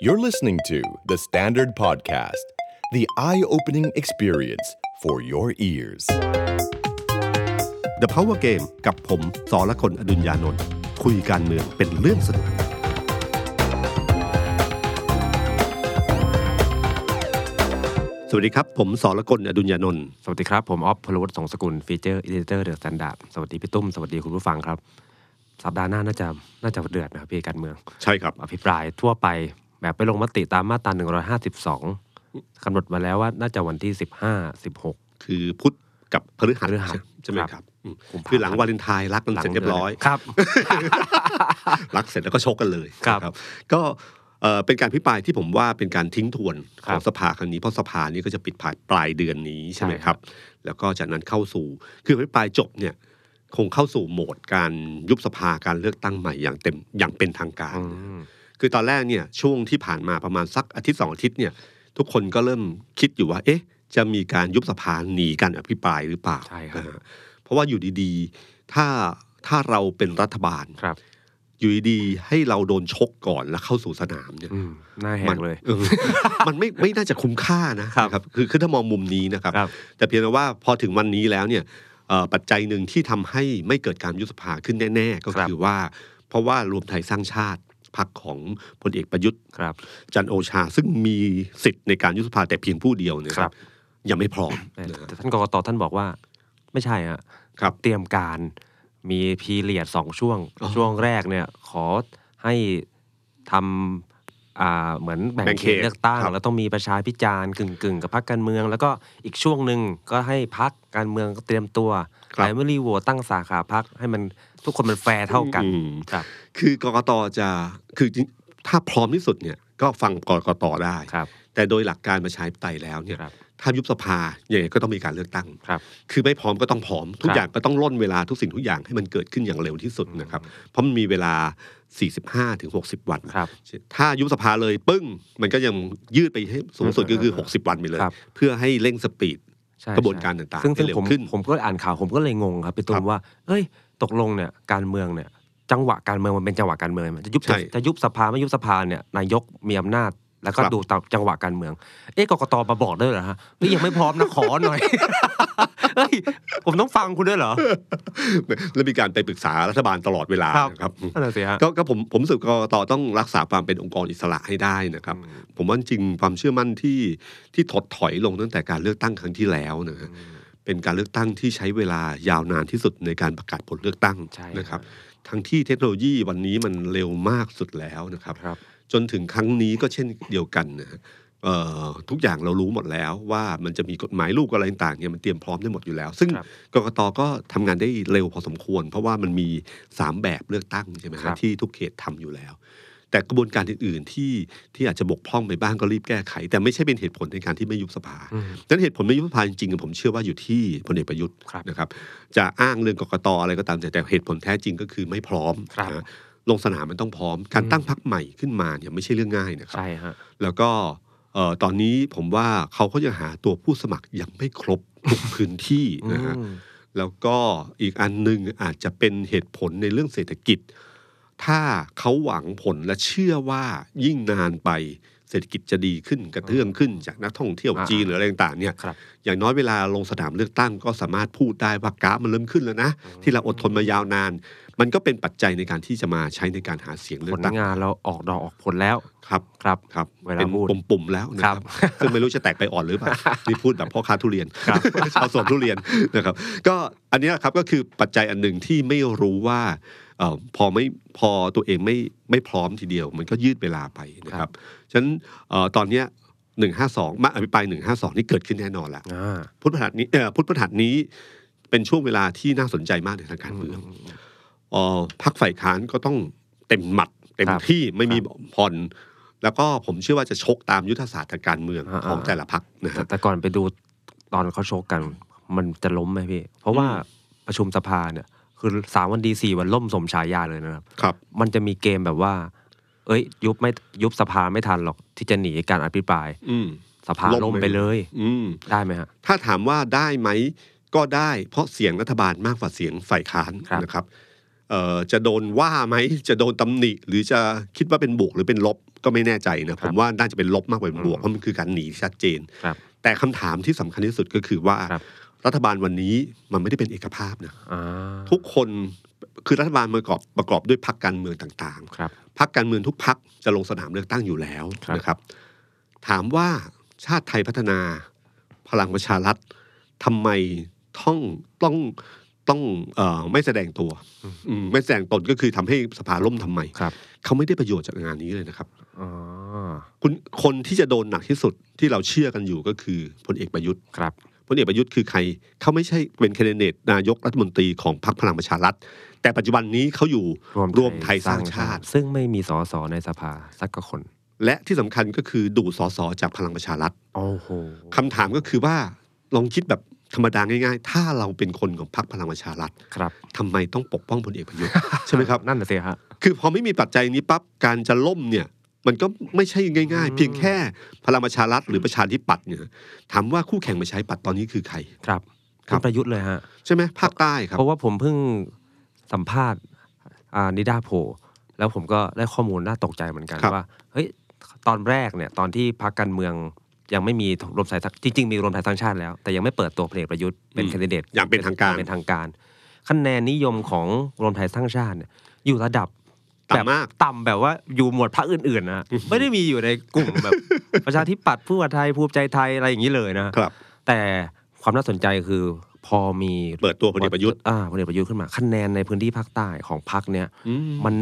You're listening to The Standard Podcast, the eye opening experience for your ears. The Power Game กับผมสอละคนอดุญญานนท์คุยการเมืองเป็นเรื่องสนุก สวัสดีครับ ผมสอละคนอดุญญานนท์ สวัสดีครับ ผมออฟพลวัตสงสกุลฟีเจอร์อิดิเตอร์เดอะสแตนดาร์ดสวัสดีพี่ตุ้ม สวัสดีคุณผู้ฟังครับ สัปดาห์หน้าน่าจะน่าจะเดือดนะครับพี่การเมือง ใช่ครับ อภิปรายทั่วไปแบบไปลงมติตามมาตรา152กำหนดมาแล้วว่าน่าจะวันที่ 15 16 คือพุธกับพฤหัส พฤหัส ใช่ไหมค ครั รับบ อืม กุมภาพันธ์ คือหลังวาเลนไทน์รักกัน หลั เสร็จเรียบร้อย ครับ รักเสร็จแล้วก็ชกกันเลย ครับ นะก็เอ่อเป็นการพิปรายที่ผมว่าเป็นการทิ้งทวน ค ข รั อบ งสภาครั้งนี้เพราะสภานี้ก็จะปิดผ่านปลายเดือนนี้ใช่ไหม ใช่ ค ครั รับ บ แล้วก็จากนั้นเข้าสู่คือพิปรายจบเนี่ยคงเข้าสู่โหมดการยุบสภาการเลือกตั้งใหม่อย่างเต็มอย่างเป็นทางการ อืม คือตอนแรกเนี่ยช่วงที่ผ่านมาประมาณสักอาทิตย์สองอาทิตย์เนี่ยทุกคนก็เริ่มคิดอยู่ว่า เอ๊ะ จะมีการยุบสภาหนีการอภิปรายหรือเปล่า ใช่ครับ นะฮะเพราะว่าอยู่ดีๆถ้าถ้าเราเป็นรัฐบาล ครับ อยู่ดีๆให้เราโดนชกก่อนแล้วเข้าสู่สนามเนี่ย อืมหน้าแห มั กเลย อ อ มันไม่ไม่น่าจะคุ้มค่านะครับ นะคือคือถ้ามองมุมนี้นะครับ ครับ แต่เพียงแต่ว่าพอถึงวันนี้แล้วเนี่ยเอ่อปัจจัยหนึ่งที่ทำให้ไม่เกิดการยุบสภาขึ้นแน่ๆ ก็ ครับ คือว่า เพราะว่ารวมไทยสร้างชาติพรรคของพลเอกประยุทธ์ ครับ จันทร์โอชา ซึ่งมีสิทธิ์ในการยุบสภาแต่เพียงผู้เดียวเนี่ย ครับ ยังไม่พร้อม แต่ นะฮะ แต่ท่านกรกตท่านบอกว่า ไม่ใช่ฮะ ครับ เตรียมการมีพีเรียดสองช่วง อ๋อ ช่วงแรกเนี่ยขอให้ทำอ่าเหมือนแบ่ง แบ่ง เข เขต ตเลือกตั้ง ครับ แล้วต้องมีประชาพิจารณ์กึ่งกึ่งๆกับพรรคการเมือง แล้วก็อีกช่วงหนึ่งก็ให้พรรคการเมืองเตรียมตัวไลเมอรี่โหวตตั้งสาขาพรรคให้มันทุกคนมันแฟร์เท่ากัน อืม ครับ คือกกตจะคือจริงถ้าพร้อมที่สุดเนี่ยก็ฟังกกตได้ ครับ แต่โดยหลักการประชาธิปไตยแล้วเนี่ย ครับ ถ้ายุบสภายังไงก็ต้องมีการเลือกตั้ง ครับ คือไม่พร้อมก็ต้องพร้อม ทุก ครับ อย่างก็ต้องล่นเวลาทุกสิ่งทุกอย่างให้มันเกิดขึ้นอย่างเร็วที่สุดนะครับ เพราะมันมีเวลา 45ถึง60 วัน ครับ ถ้ายุบสภาเลยปึ้ง มันก็ยังยืดไปให้สูงสุดก็คือ เออเออ 60 วันไปเลย ครับ เพื่อให้เร่งสปีด ใช่ กระบวนการต่างๆ ซึ่งซึ่ง ให้เร็ว ผม ขึ้น ผมก็อ่านข่าวผมก็เลยงงครับพี่ตุ้ ครั ม บ ว่า เอ้ย ตกลงเนี่ยการเมืองเนี่ย จังหวะการเมืองมันเป็นจังหวะการเมืองไหมจะยุบ ใช่ จะยุบสภาไม่ยุบสภาเนี่ยนายกมีอำนาจ แล้วก็ ครับ ดูตามจังหวะการเมือง เอ๊ะกกตมาบอกด้วยเหรอฮะเฮ้ยยังไม่พร้อมนะขอหน่อย เฮ้ยผมต้องฟังคุณด้วยเหรอ แล้วมีการไปปรึกษารัฐบาลตลอดเวลา ครับ นะครับ นั่นนะสิฮะ ก็ก็ผมผมรู้สึกกกตต้องรักษาความเป็นองค์กรอิสระให้ได้นะครับ ผมว่าจริงๆความเชื่อมั่นที่ที่ถดถอยลงตั้งแต่การเลือกตั้งครั้งที่แล้วนะฮะเป็นการเลือกตั้งที่ใช้เวลายาวนานที่สุดในการประกาศผลเลือกตั้ง ใช่ นะครับ ทั้งที่เทคโนโลยีวันนี้มันเร็วมากสุดแล้วนะครับ ครับ จนถึงครั้งนี้ก็เช่นเดียวกันนะฮะเอ่อทุกอย่างเรารู้หมดแล้วว่ามันจะมีกฎหมายลูกอะไรต่างๆเนี่ยมันเตรียมพร้อมได้หมดอยู่แล้ว ซึ่ง ครับ กกตก็ทำงานได้เร็วพอสมควร เพราะว่ามันมีสามแบบเลือกตั้งใช่ไหม ครั ฮะ บ ที่ทุกเขตทำอยู่แล้ว แต่กระบวนการอื่นๆที่ที่อาจจะบกพร่องไปบ้างก็รีบแก้ไข แต่ไม่ใช่เป็นเหตุผลในการที่ไม่ยุบสภา อืม นั้นเหตุผลไม่ยุบสภาจริงๆผมเชื่อว่าอยู่ที่พลเอกประยุทธ์ ครับ นะครับ จะอ้างเรื่องกกตอะไรก็ตามแต่แต่เหตุผลแท้จริงก็คือไม่พร้อม ครับ นะลงสนามมันต้องพร้อม การ อืม ตั้งพรรคใหม่ขึ้นมาเนี่ยไม่ใช่เรื่องง่ายนะครับ ใช่ฮะ แล้วก็เอ่อตอนนี้ผมว่าเขาก็ยังหาตัวผู้สมัครยังไม่ครบทุกพื้นที่นะฮะ อืม แล้วก็อีกอันหนึ่งอาจจะเป็นเหตุผลในเรื่องเศรษฐกิจ ถ้าเขาหวังผลและเชื่อว่ายิ่งนานไปเศรษฐกิจจะดีขึ้นกระเทื่องขึ้นจากนักท่องเที่ยว อ่า จีนหรืออะไรต่างๆเนี่ย ครับ อย่างน้อยเวลาลงสนามเลือกตั้งก็สามารถพูดได้ว่ากราฟมันเริ่มขึ้นแล้วนะ ที่เราอดทนมายาวนาน มันก็เป็นปัจจัยในการที่จะมาใช้ในการหาเสียงเลื ผ อก ล ตั้ง งานเราออกดอกออกผลแล้ว ครับ ครับ ครับ เวลา เป็น พูด ปุ่มๆแล้วนะครับ ซึ่งไม่รู้จะแตกไปอ่อนหรือเปล่า นี่พูดแบบพ่อค้าทุเรียน ครับ ชาวสวนทุ เรียนนะครับ ก็อันเนี้ยครับก็คือปัจจัยอันหนึ่งที่ไม่รู้ว่าเอ่อพอไม่พอตัวเองไม่ไม่พร้อมทีเดียว มันก็ยืดเวลาไปนะครับฉะนั้นเอ่อตอนเนี้ยหนึ่งห้าสองมาอภิปรายหนึ่งห้าสองนี่เกิดขึ้นแน่นอนละ อ่า พุทธพฤหัสนี้เอ่อพุทธพฤหัสนี้เป็นช่วงเวลาที่น่าสนใจมากในทางการเมือง เอ่อพักฝ่ายค้านก็ต้องเต็มหมัดเต็ม ครับ ที่ไม่มีผ่อน แล้วก็ผมเชื่อว่าจะชกตามยุทธศาสตร์ทางการเมือง อ่าๆ ของแต่ละพักนะ แต่ ฮะ แต่ก่อนไปดูตอนเขาโชกกัน มันจะล้มไหมพี่ เพราะว่า อืม ประชุมสภาเนี่ย คือสามวันดีสี่วันล่มสมฉายาเลยนะครับ ครับ มันจะมีเกมแบบว่า เอ้ย ยุบไม่ยุบสภาไม่ทันหรอกที่จะหนีการอภิปราย อืม สภา ล่ ล่ ม ม ไป ไป เล เลย ย อืม ได้ไหมฮะ ถ้าถามว่าได้ไหมก็ได้ เพราะเสียงรัฐบาลมากกว่าเสียงฝ่ายค้าน ครับ นะครับเอ่อจะโดนว่าไหมจะโดนตำหนิ หรือจะคิดว่าเป็นบวกหรือเป็นลบ ก็ไม่แน่ใจนะ ค ผ รับ มว่าน่าจะเป็นลบมากกว่าเป็นบวก อืม เพราะมันคือการหนีที่ชัดเจน ครับ แต่คำถามที่สำคัญที่สุดก็คือว่า ครับ รัฐบาลวันนี้มันไม่ได้เป็นเอกภาพนะ อ่า ทุกคนคือรัฐบาลประกอบประกอบด้วยพรรคการเมืองต่าง ครับ ๆพรรคการเมืองทุกพรรคจะลงสนามเลือกตั้งอยู่แล้ว ครับ นะครับ ถามว่าชาติไทยพัฒนาพลังประชารัฐทำไมต้องต้องต้องเอ่อไม่แสดงตัวอืมไม่แสดงตนก็คือทำให้สภาล่มทำไม ครับ เขาไม่ได้ประโยชน์จากงานนี้เลยนะครับ อ๋อ คุณคนที่จะโดนหนักที่สุดที่เราเชื่อกันอยู่ก็คือพลเอกประยุทธ์ ครับ พลเอกประยุทธ์คือใคร เขาไม่ใช่เป็นแคนดิเดตนายกรัฐมนตรีของพรรคพลังประชารัฐ แต่ปัจจุบันนี้เขาอยู่รวมไทยสร้างชาติ ซึ่งไม่มีสสในสภาสักกว่าคน และที่สำคัญก็คือดูดสสจากพลังประชารัฐ โอ้โห คำถามก็คือว่าลองคิดแบบธรรมดาง่าย ๆ ถ้าเราเป็นคนของพรรคพลังประชารัฐ ครับ ทำไมต้องปกป้องพลเอกประยุทธ์ ใช่ไหมครับ นั่นแหละสิฮะ คือพอไม่มีปัจจัยนี้ปั๊บการจะล่มเนี่ย มันก็ไม่ใช่ง่าย อื ๆ ม เพียงแค่พลังประชารัฐหรือประชาธิปัตย์เนี่ยถามว่าคู่แข่งประชาธิปัตย์ตอนนี้คือใคร ครับ ค คุ รับ ณประยุทธ์เลยฮะ ใช่ไหมภาคใต้ครับ เพราะว่าผมเพิ่งสัมภาษณ์อ่านิดาโพลแล้วผมก็ได้ข้อมูลน่าตกใจเหมือนกัน ครับ ว่าเฮ้ยตอนแรกเนี่ยตอนที่พรรคการเมืองยังไม่มีรวมไทยสร้างจริง ๆ มีรวมไทยสร้างชาติแล้ว แต่ยังไม่เปิดตัวพลเอกประยุทธ์เป็นแคนดิเดต อย่างเป็นทางการ เป็นทางการ คะแนนนิยมของรวมไทยสร้างชาติเนี่ยอยู่ระดับแบบ ต่ำมาก ต่ำแบบว่าอยู่หมวดพรรคอื่นๆนะไม่ได้มีอยู่ในกลุ่ม แบบ ประชาธิปัตย์เพื่อไทยภูมิใจไทยอะไรอย่างนี้เลยนะ ครับ แต่ความน่าสนใจคือพอมี เปิดตัวพลเอกประยุทธ์ อ่าพลเอกประยุทธ์ขึ้นมาคะแนนในพื้นที่ภาคใต้ของพรรคเนี่ย อืม มัน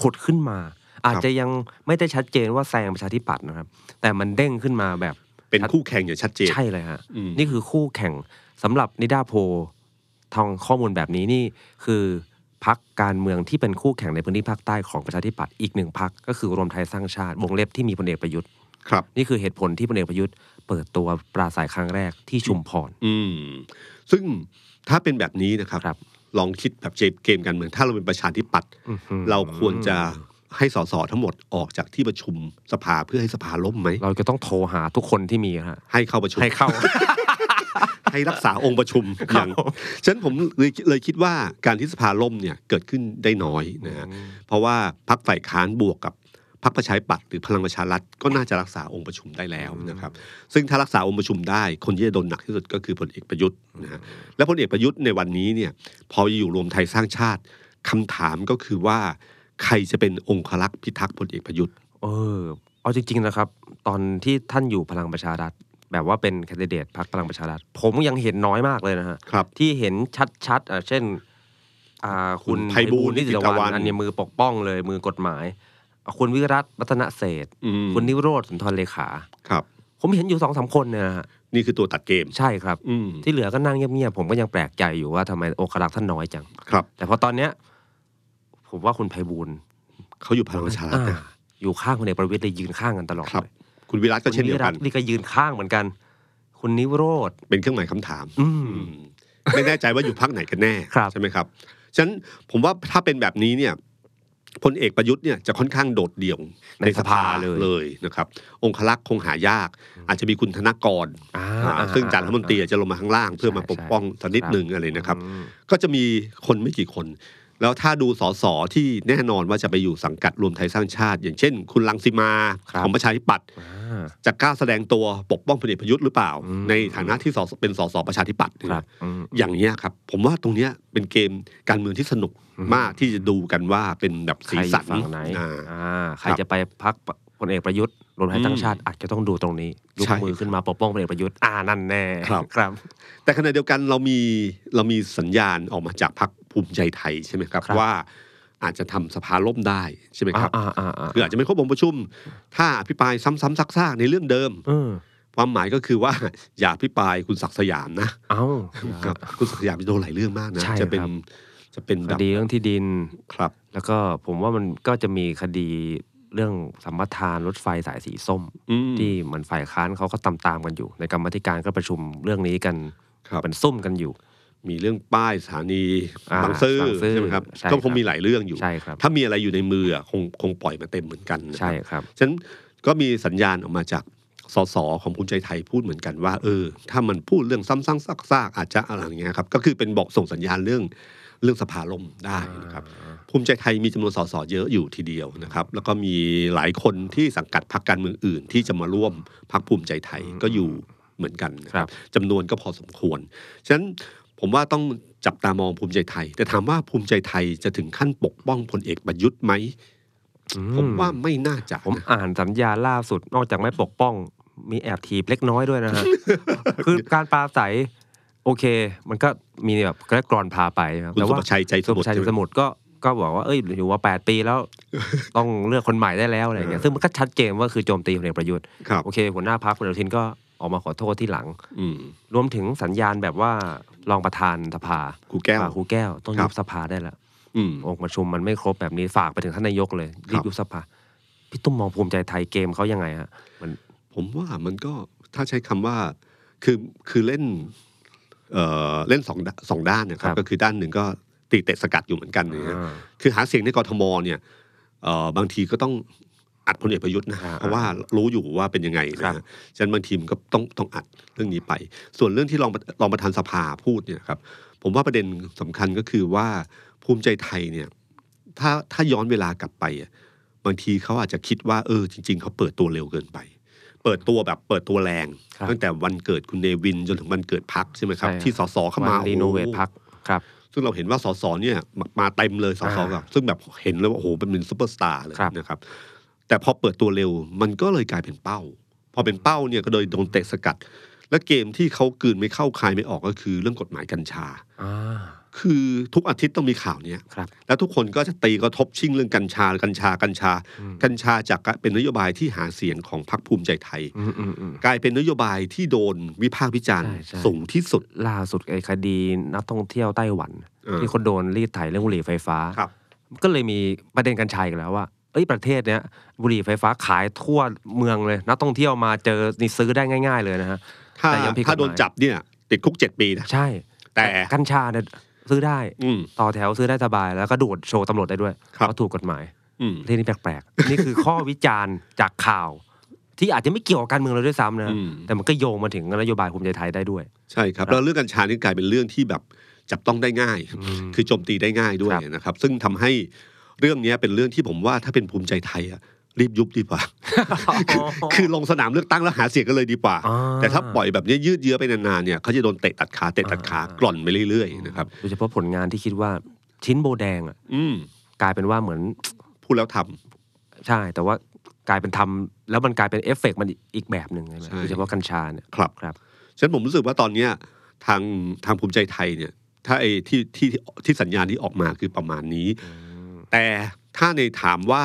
ผุดขึ้นมา อาจจะยังไม่ได้ชัดเจนว่าแซงประชาธิปัตย์นะครับ แต่มันเด้งขึ้นมาแบบ เป็นคู่แข่งอย่างชัดเจน ใช่เลยฮะ อืม นี่คือคู่แข่งสำหรับนิดาโพลทองข้อมูลแบบนี้นี่คือพักการเมืองที่เป็นคู่แข่งในพื้นที่ภาคใต้ของประชาธิปัตย์อีกหนึ่งพักก็คือรวมไทยสร้างชาติวงเล็บที่มีพลเอกประยุทธ์ ครับ นี่คือเหตุผลที่พลเอกประยุทธ์ เปิดตัวปราศัยครั้งแรกที่ชุมพร อืม ซึ่งถ้าเป็นแบบนี้นะครับ ครับ ลองคิดแบบเกมการเมืองถ้าเราเป็นประชาธิปัตย์ อื้อหือ เราควรจะให้สสทั้งหมดออกจากที่ประชุมสภาเพื่อให้สภาล่มไหม เราจะต้องโทรหาทุกคนที่มีฮะ ให้เข้าประชุม ให้เข้า ให้รักษาองค์ประชุมอย่างฉะนั้นผมเลยเลยคิดว่าการที่สภาล่มเนี่ยเกิดขึ้นได้น้อยนะฮะเพราะว่าพักฝ่ายค้านบวกกับพักประชาธิปัตย์หรือพลังประชารัฐก็น่าจะรักษาองค์ประชุมได้แล้วนะครับ ซึ่งถ้ารักษาองค์ประชุมได้ คนที่จะโดนหนักที่สุดก็คือพลเอกประยุทธ์นะฮะและพลเอกประยุทธ์ในวันนี้เนี่ยพออยู่รวมไทยสร้างชาติคำถามก็คือว่า ใครจะเป็นองครักษ์พิทักษ์พลเอกประยุทธ์ เออเอาจริงๆนะครับ ตอนที่ท่านอยู่พลังประชารัฐ แบบว่าเป็นแคนดิเดตพรรคพลังประชารัฐ ผมยังเห็นน้อยมากเลยนะฮะ ครับ ที่เห็นชัดๆอ่ะเช่นอ่าคุณ คุณไพบูลย์ นิติตะ นิติตะวั วัน น อันนี้มือปกป้องเลยมือกฎหมายอ่ะคุณวิรัตรัตนเศรษฐ์ อืม คุณนิโรธสุนทรเลขา ครับ ผมเห็นอยู่สองสามคนเนี่ยนะฮะ นี่คือตัวตัดเกม ใช่ครับ อืม ที่เหลือก็นั่งเงียบๆผมก็ยังแปลกใจอยู่ว่าทำไมองครักษ์ท่านน้อยจัง ครับ แต่พอตอนเนี้ยผมว่าคุณไพบูลย์ เขาอยู่พลังประชารัฐ อ่า นะ อยู่ข้างพลเอกประวิตยเลยยืนข้างกันตลอด ครับ คุณวิรัตก็ คุณ เช่นเดี นิ ยว รั กันตน์นี่ก็ยืนข้างเหมือนกัน คุณนิโรธ เป็นเครื่องหมายคำถาม อืม อืมไม่แน่ใจว่าอยู่พักไหนกันแน่ ครับ ใช่ไหมครับฉะนั้นผมว่าถ้าเป็นแบบนี้เนี่ยพลเอกประยุทธ์เนี่ยจะค่อนข้างโดดเดี่ยวในสภาเลยนะครับ องคลักษ์คงหายาก อาจจะมีคุณธนกร อ่า อ่า อ่า ซึ่งจารย์รัฐมนตรีอาจจะลงมาข้างล่าง เพื่อมา ใช่ ปกป้อง ใช่ สักนิด ครับ หนึ่งอะไรนะครับ อืม ก็จะมีคนไม่กี่คน แล้วถ้าดูสสที่แน่นอนว่าจะไปอยู่สังกัดรวมไทยสร้างชาติ อย่างเช่น คุณลังสิมาของประชาธิปัตย์ อ่า จะกล้าแสดงตัวปกป้องพลเอกประยุทธ์หรือเปล่า อืม ในฐานะที่สสเป็นสสประชาธิปัตย์ ครับอืม อย่างเนี้ยครับ ผมว่าตรงเนี้ยเป็นเกมการเมืองที่สนุก อืม มากที่จะดูกันว่าเป็นแบบสี ใครอ สั ยู่ น ฝั่งไหน อ่า อ่าใครจะไปพักพลเอกประยุทธ์รวมไทย อืม ตั้างชาติอาจจะต้องดูตรงนี้ยก ใช่ มือขึ้นมาปกป้องพลเอกประยุทธ์อ่านั่นแน่ ครับ ครับ แต่ขณะเดียวกันเรามีเรามีสัญญาณออกมาจากพรรคภูมิใจไทยใช่ไหมครับ ครับ ว่าอาจจะทำสภาล่มได้ใช่ไหมครับ อ่าอ่าอ่า คืออาจจะไม่ครบองค์ประชุม ถ้าอภิปรายซ้ำๆซักๆในเรื่องเดิม เออ ความหมายก็คือว่า อย่าอภิปรายคุณศักดิ์สยามนะ เอ้า ครับคุณศักดิ์สยามจะโดนหลายเรื่องมากนะ ใช่ จะเป็น ครับ จะเป็น ค แบบ ดีเรื่องที่ดิน ครับ แล้วก็ผมว่ามันก็จะมีคดีเรื่องสัมปทานรถไฟสายสีส้ม อืม ที่เหมือนฝ่ายค้านเขาก็ตามตามๆกันอยู่ ในกรรมาธิการก็ประชุมเรื่องนี้กัน ครับ เป็นซุ่มกันอยู่ มีเรื่องป้ายสถานี อ่า บางซื่อบ างซื่อ ใช่ไหมครับ ใช่ ก็ค ครั ง บ มีหลายเรื่องอยู่ ใช่ครับ ถ้ามีอะไรอยู่ในมืออะคงคงปล่อยมาเต็มเหมือนกันนะค ใช่ รับ ครับ ฉะนั้นก็มีสัญญาณออกมาจากสสของภูมิใจไทยพูดเหมือนกันว่า เออ ถ้ามันพูดเรื่องซ้ำๆซากๆอาจจะอะไรอย่างเงี้ยครับก็คือเป็นบอกส่งสัญญาณเรื่อง เรื่องสภาล่มได้นะครับ ภูมิใจไทยมีจำนวนสสเยอะอยู่ทีเดียวนะครับ แล้วก็มีหลายคนที่สังกัดพรรคการเมืองอื่น ที่จะมาร่วมพรรคภูมิใจไทยก็อยู่เหมือนกันนะค ครั รับบ จำนวนก็พอสมควร ฉะนั้นผมว่าต้องจับตามองภูมิใจไทย แต่ถามว่าภูมิใจไทยจะถึงขั้นปกป้องพลเอกประยุทธ์ไหม อื ผมว่าไม่น่าจะ ผม นะ อ่านสัญญาล่าสุดนอกจากไม่ปกป้อง มีแอบทีบเล็กน้อยด้วยนะ ฮะ คือการปราศัยโอเค มันก็มีแบบกระกรอนพาไปนะครับ คุณ แต่ สุ ว่า ภชัยใจส สุ มุ ภา ทร ชัย ใช่ อยู่ ไหม สมุทรก็ก็บอกว่าเอ้ยอยู่มาแปดปีแล้ว ต้องเลือกคนใหม่ได้แล้วอะไรอย่างเงี้ยซึ่งมันก็ชัดเจนว่าคือโจมตีพลเอกประยุทธ์ ครับ โอเค หัวหน้าพรรคคุณอนุทินก็ออกมาขอโทษที่หลัง อืม รวมถึงสัญญาณแบบว่ารองประธานสภา ครูแก้ว อ่าครูแก้วต้อง ครั ยุ บ บสภาได้แล้ว อืม องค์ประชุมมันไม่ครบแบบนี้ฝากไปถึงท่านนายกเลย ครับ รีบยุบสภาพี่ตุ้มมองภูมิใจไทยเกมเขายังไงฮะมัน ผมว่ามันก็ถ้าใช้คำว่าคือคือเล่นเอ่อเล่นสองด้านสองด้านนะครั ครับ บ ก็คือด้านหนึ่งก็ตีเตะสกัดอยู่เหมือนกันนะฮะ อ่า คือหาเสียงในกรทมเนี่ยเอ่อบางทีก็ต้องอัดพลเอกประยุทธ์นะ อ่า เพราะว่ารู้อยู่ว่าเป็นยังไงนะ ครั ฮะ บ ฉะนั้นบางทีมันก็ต้องต้องอัดเรื่องนี้ไป ส่วนเรื่องที่รองรองประธานสภาพูดเนี่ยครับผมว่าประเด็นสำคัญก็คือว่าภูมิใจไทยเนี่ยถ้าถ้าย้อนเวลากลับไปอะบางทีเขาอาจจะคิดว่าเออจริง ๆเขาเปิดตัวเร็วเกินไป เปิดตัวแบบเปิดตัวแรง ครับ ตั้งแต่วันเกิดคุณเนวินจนถึงวันเกิดพักใช่ไหมครับ ใช่ ที่สสเข้ามา วันรีโนเวท อ้ห พักครับ ซึ่งเราเห็นว่าสสเนี่ยมามาเต็มเลยสส อ่า แบบซึ่งแบบเห็นเลยว่าโอ้โหเป็นเป็นซุปเปอร์สตาร์เลย ครับ นะครับ แต่พอเปิดตัวเร็วมันก็เลยกลายเป็นเป้า พอเป็นเป้าเนี่ยก็โดยโดนเตะสกัด และเกมที่เขากลืนไม่เข้าคายไม่ออกก็คือเรื่องกฎหมายกัญชา อ่า คือทุกอาทิตย์ต้องมีข่าวเนี้ย ครับ แล้วทุกคนก็จะตีกระทบชิ่งเรื่องกัญชากัญชากัญชา อืม กัญชาจากเป็นนโยบายที่หาเสียงของพรรคภูมิใจไทย อืมอืมอืม กลายเป็นนโยบายที่โดนวิพากษ์วิจารณ์ ใช่ใช่ สูงที่สุด ล่าสุดไอ้คดีนักท่องเที่ยวไต้หวัน เออ ที่คนโดนรีดไถเรื่องบุหรี่ไฟฟ้า ครับ ก็เลยมีประเด็นกัญชาอีกแล้วว่า เอ้ยประเทศเนี้ยบุหรี่ไฟฟ้าขายทั่วเมืองเลย นักท่องเที่ยวมาเจอนี่ซื้อได้ง่าย ๆเลยนะฮะ ถ้า แต่ยังผิดกฎหมาย ถ้าโดนจับเนี่ยติดคุกเจ็ดปีนะ ใช่ แต่ กัญชาเนี่ยซื้อได้ อืม ต่อแถวซื้อได้สบาย แล้วก็ดูดโชว์ตำรวจได้ด้วย ครับ เพราะถูกกฎหมาย อืม เรื่องนี้แปลกๆ นี่คือข้อวิจารณ์จากข่าว ที่อาจจะไม่เกี่ยวกับการเมืองเราด้วยซ้ำนะ อืม แต่มันก็โยงมาถึงนโยบายภูมิใจไทยได้ด้วย ใช่ครับ ครับ แล้วเรื่องกัญชานี่กลายเป็นเรื่องที่แบบจับต้องได้ง่าย คือโจมตีได้ง่ายด้วย ครับ นะครับ ซึ่งทำให้เรื่องเนี้ยเป็นเรื่องที่ผมว่าถ้าเป็นภูมิใจไทยอะรีบยุบดีกว่า คือคือลงสนามเลือกตั้งแล้วหาเสียงกันเลยดีกว่า อ่ แต่ถ้าปล่อยแบบเนี้ยยืดเยื้อไปนานๆเนี่ยเขาจะโดนเตะตัดขาเตะตัดขากร่อนไปเรื่อยๆนะครับ โดยเฉพาะผลงานที่คิดว่าชิ้นโบแดงอะ อืม กลายเป็นว่าเหมือน พูดแล้วทำ ใช่ แต่ว่ากลายเป็นทำแล้วมันกลายเป็นเอฟเฟกต์มันอีกแบบหนึ่งใช่ไหม ใช่ โดยเฉพาะกัญชาเนี่ย ครับ ครับ ฉะนั้นผมรู้สึกว่าตอนเนี้ยทางทางภูมิใจไทยเนี่ย ถ้าไอ้ที่ที่ที่สัญญาณที่ออกมาคือประมาณนี้ แต่ถ้าในถามว่า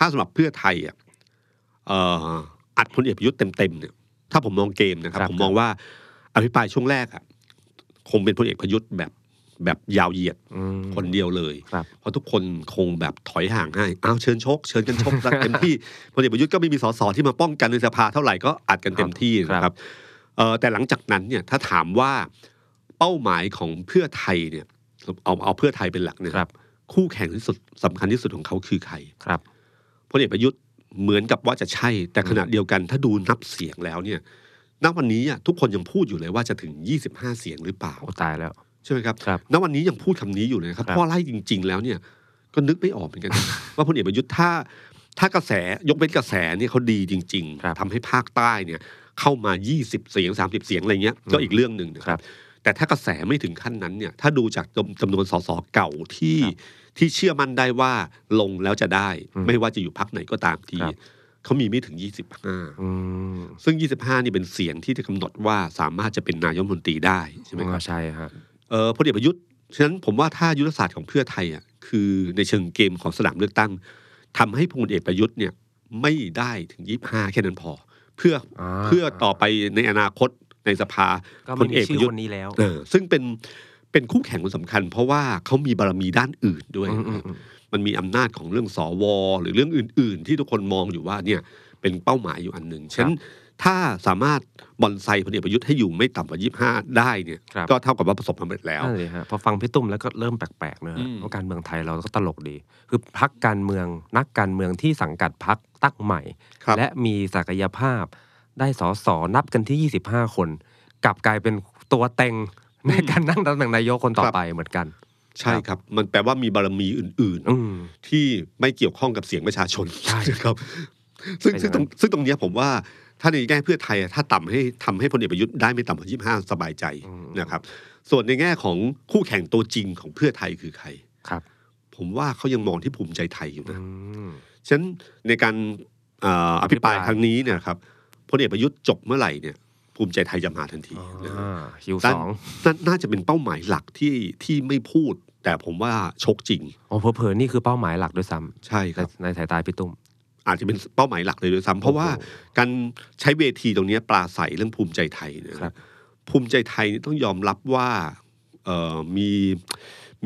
ถ้าสำหรับเพื่อไทยอ่ะเอ่ออัดพลเอกประยุทธ์เต็มๆเนี่ยถ้าผมมองเกมนะครับ ครับ ผมมองว่าอภิปรายช่วงแรกอ่ะคงเป็นพลเอกประยุทธ์แบบแบบยาวเหยียดคนเดียวเลย ครับ เพราะทุกคนคงแบบถอยห่างให้อ้าวเชิญชก เชิญกันชกซะเต็ม ที่ พลเอกประยุทธ์ก็ไม่มีสสที่มาป้องกันในสภาเท่าไหร่ก็อัดกันเต็มที่นะค ครั รับบ เอ่อแต่หลังจากนั้นเนี่ยถ้าถามว่าเป้าหมายของเพื่อไทยเนี่ยเอาเอาเพื่อไทยเป็นหลักเนี่ย ครับ คู่แข่งที่สุดสำคัญที่สุดของเขาคือใคร ครับ พลเอกประยุทธ์เหมือนกับว่าจะใช่ แต่ขณะเดียวกันถ้าดูนับเสียงแล้วเนี่ยณวันนี้อะทุกคนยังพูดอยู่เลยว่าจะถึง 25 เสียงหรือเปล่า โอ้ตายแล้ว ใช่ไหมครับ ครับ ณวันนี้ยังพูดคำนี้อยู่เลยนะครับ ครับ เพราะไล่จริง ๆ แล้วเนี่ยก็นึกไม่ออกเหมือนกันนะ ว่าพลเอกประยุทธ์ถ้าถ้ากระแสยกเป็นกระแสเนี่ยเขาดีจริง ครับ ๆทำให้ภาคใต้เนี่ยเข้ามา 20 เสียง 30 เสียงอะไรเงี้ยก็อีกเรื่องหนึ่งนะค ครั รับบ แต่ถ้ากระแสไม่ถึงขั้นนั้นเนี่ยถ้าดูจากจำจำนวนสสเก่าที่ ครับ ที่เชื่อมั่นได้ว่าลงแล้วจะได้ อืม ไม่ว่าจะอยู่พักไหนก็ตามที ครับ เขามีไม่ถึง 25 อืม ซึ่ง 25นี่เป็นเสียงที่จะกำหนดว่าสามารถจะเป็นนายกรัฐมนตรีได้ใช่ไหมครับ ใช่ฮะ เอ่อพลเอกประยุทธ์ ฉะนั้นผมว่าถ้ายุทธศาสตร์ของเพื่อไทยอ่ะคือในเชิงเกมของสนามเลือกตั้งทำให้พลเอกประยุทธ์เนี่ยไม่ได้ถึงยี่ห้าแค่นั้นพอ เพื่ออา เพื่อต่อไปในอนาคตในสภา ก็ พ ไม่ ล มี เอกป ชื่อ ระยุท ค ธ์ นนี้แล้ว เออซึ่งเป็นเป็นคู่แข่งคนสำคัญ เพราะว่าเขามีบารมีด้านอื่นด้วย อืมอืมอืม มันมีอำนาจของเรื่องสวหรือเรื่องอื่น ๆ ที่ทุกคนมองอยู่ว่าเนี่ยเป็นเป้าหมายอยู่อันหนึ่งฉะนั้นถ้าสามารถบอนไซพลเอกประยุทธ์ให้อยู่ไม่ต่ำกว่า 25 ได้เนี่ย ครับ ก็เท่ากับว่าประสบความสำเร็จแล้ว นั่นเลยฮะพอฟังพี่ตุ้มแล้วก็เริ่มแปลกๆนะฮะ อืม เพราะการเมืองไทยเราก็ตลกดี คือพักการเมืองนักการเมืองที่สังกัดพักตั้งใหม่ ครับ และมีศักยภาพได้สอสอนับกันที่ 25 คน กลับกลายเป็นตัวเต็งในการนั่งตำแหน่งนายกคนต่อ ครับ ไปเหมือนกัน ใช่ครับ มันแปลว่ามีบารมีอื่น อืม ๆ ที่ไม่เกี่ยวข้องกับเสียงประชาชน ใช่ นะครับ ซึ่ง เป็น ซึ่งตรงซึ่งตอย่างนั้นรงเนี้ยผมว่าถ้าในแง่เพื่อไทยอะถ้าต่ำให้ทำให้พลเอกประยุทธ์ได้ไม่ต่ำกว่า 25 สบายใจนะครับ ส่วนในแง่ของคู่แข่งตัวจริงของเพื่อไทยคือใคร ครับ ผมว่าเขายังมองที่ภูมิใจไทยอยู่นะ อืม ฉะนั้นในการอ่าอภิปราย อภิปราย ครั้งนี้เนี่ยครับพลเอกประยุทธ์จบเมื่อไหร่เนี่ยภูมิใจไทยจะมาทันทีนะฮะ อ่าคิวส นั่น อง นั่นน่าจะเป็นเป้าหมายหลักที่ที่ไม่พูด แต่ผมว่าชกจริง โอ้เผลอๆนี่คือเป้าหมายหลักด้วยซ้ ใช่ ำ ครับ ในในสายตาพี่ตุ้ม อาจจะเป็นเป้าหมายหลักเลยด้วยซ้ำเพราะว่าการใช้เวทีตรงเนี้ยปลาใสเรื่องภูมิใจไทยเนย ครับ ภูมิใจไทยนี่ต้องยอมรับว่าเอ่อมี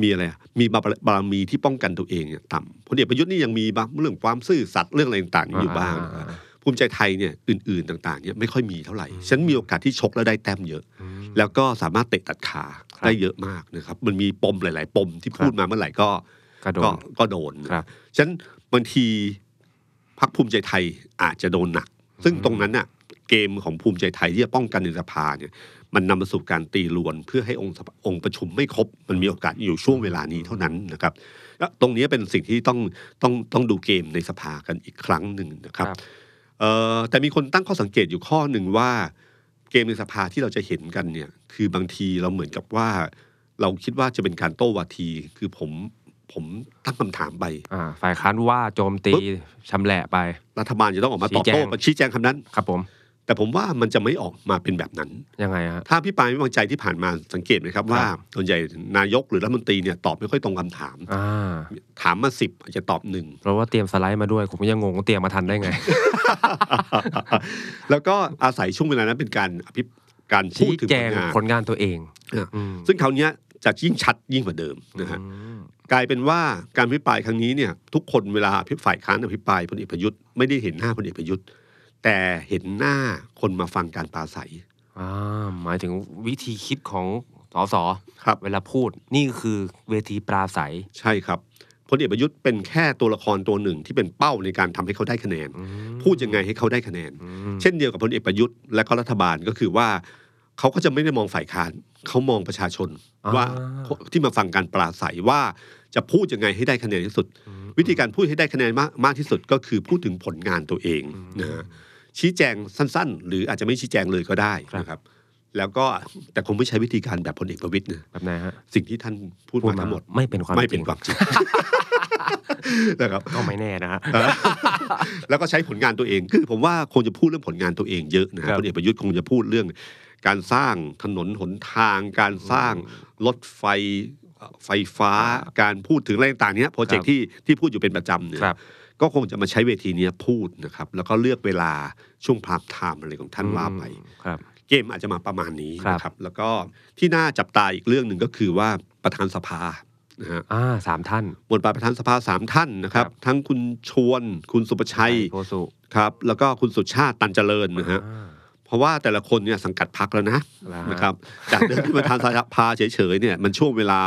มีอะไรอะมีบารบารมีที่ป้องกันตัวเองเนี่ยต่ำพลเอกประยุทธ์นี่ยังมีบางเรื่องความซื่อสัตย์เรื่องอะไรต่างๆอยู่บ้างนะครับ ภูมิใจไทยเนี่ยอื่นๆต่างๆเนี่ยไม่ค่อยมีเท่าไหร่ฉันมีโอกาสที่ชกแล้วได้แต้มเยอะ อืม แล้วก็สามารถเตะตัดขา ครับ ได้เยอะมากนะครับ มันมีปมหลาย ๆ ปมที่พูดมาเมื่อไหร่ก็ ก็โดน ก็ก็โดน ครับ ฉะนันบางทีพักภูมิใจไทยอาจจะโดนหนัก ซึ่งตรงนั้นน่ะเกมของภูมิใจไทยที่จะป้องกันในสภาเนี่ยมันนำมาสู่การตีรวนเพื่อให้องค์สภาองค์ประชุมไม่ครบ มันมีโอกาสอยู่ช่วงเวลานี้เท่านั้นนะครับแล้วตรงนี้เป็นสิ่งที่ต้องต้องต้องดูเกมในสภากันอีกครั้งหนึ่งนะครับ เอ่อแต่มีคนตั้งข้อสังเกตอยู่ข้อหนึ่งว่าเกมในสภาที่เราจะเห็นกันเนี่ย คือบางทีเราเหมือนกับว่า เราคิดว่าจะเป็นการโต้วาที คือผมผมตั้งคำถามไป อ่าฝ่ายค้านว่าโจมตี ปึ๊บ ชำแหละไป รัฐบาลจะต้องออกมาตอบ ชี้ โต้ แจง มาชี้แจงคำนั้น ครับผม แต่ผมว่ามันจะไม่ออกมาเป็นแบบนั้น ยังไงฮะ ถ้าพี่ปรายไม่วางใจที่ผ่านมาสังเกตไหมครับว่า ครับ ส่วนใหญ่นายกหรือรัฐมนตรีเนี่ยตอบไม่ค่อยตรงคำถาม อ่า ถามมาสิบอาจจะตอบ หนึ่ง เพราะว่าเตรียมสไลด์มาด้วย ผมก็ยังงงว่าเตรียมมาทันได้ไง แล้วก็อาศัยช่วงเวลานั้นเป็นการอภิปการพู ชี้ ดถึง แจ ผ ง ลงาน ผลงานตัวเอง อ่ะ อืม ซึ่งคราวเนี้ยจะยิ่งชัดยิ่งกว่าเดิมนะฮะ อืม กลายเป็นว่าการอภิปรายครั้งนี้เนี่ยทุกคนเวลาพิฝ่ายค้านอภิปรายพลเอกประยุทธ์ไม่ได้เห็นหน้าพลเอกประยุทธ์ แต่เห็นหน้าคนมาฟังการปราศัย อ่าหมายถึงวิธีคิดของสส ครับ เวลาพูดนี่คือเวทีปราศัย ใช่ครับพลเอกประยุทธ์เป็นแค่ตัวละครตัวหนึ่งที่เป็นเป้าในการทำให้เขาได้คะแนน อืม พูดยังไงให้เขาได้คะแนน อืม เช่นเดียวกับพลเอกประยุทธ์และก็รัฐบาลก็คือว่า เขาก็จะไม่ได้มองฝ่ายค้านเขามองประชาชน ว่าที่มาฟังการปราศัยว่าจะพูดยังไงให้ได้คะแนนที่สุด วิธีการพูดให้ได้คะแนนมากมากที่สุดก็คือพูดถึงผลงานตัวเองนะฮะชี้แจงสั้นๆ หรืออาจจะไม่ชี้แจงเลยก็ได้นะครับ แล้วก็แต่คงไม่ใช้วิธีการแบบพลเอกประวิตยนะ แบบไหนฮะ สิ่งที่ท่านพูดมาทั้งหมด ไม่เป็นความ ไม่ จ เป็ ริ น ง ความ จริง นะครับ ก็ไม่แน่นะฮะ แล้วก็ใช้ผลงานตัวเองคือผมว่าคงจะพูดเรื่องผลงานตัวเองเยอะนะค ครั รับบ พลเอกประยุทธ์คงจะพูดเรื่อง การสร้างถนนหนทาง การสร้างรถไฟเอ่อไฟฟ้า การพูดถึงอะไรต่างๆเนี้ยโปรเจกต์ที่ที่พูดอยู่เป็นประจำเนี่ย ครับ ก็คงจะมาใช้เวทีเนี้ยพูดนะครับ แล้วก็เลือกเวลาช่วงพรามไทม์อะไรของท่านว่าไป ครับ เกมอาจจะมาประมาณนี้ ครับ นะครับ แล้วก็ที่น่าจับตาอีกเรื่องหนึ่งก็คือว่าประธานสภานะฮะ อ่าสามท่าน บทบาทประธานสภาสามท่านนะครับ ครับ ทั้งคุณชวนคุณสุประชัย โพสุ ครับแล้วก็คุณสุชาติตันเจริญนะฮะ อ่า เพราะว่าแต่ละคนเนี่ยสังกัดพักแล้วนะ แล้ว นะครับจากเดิมที่ประธานสภาเฉยๆเนี่ยมันช่วงเวลา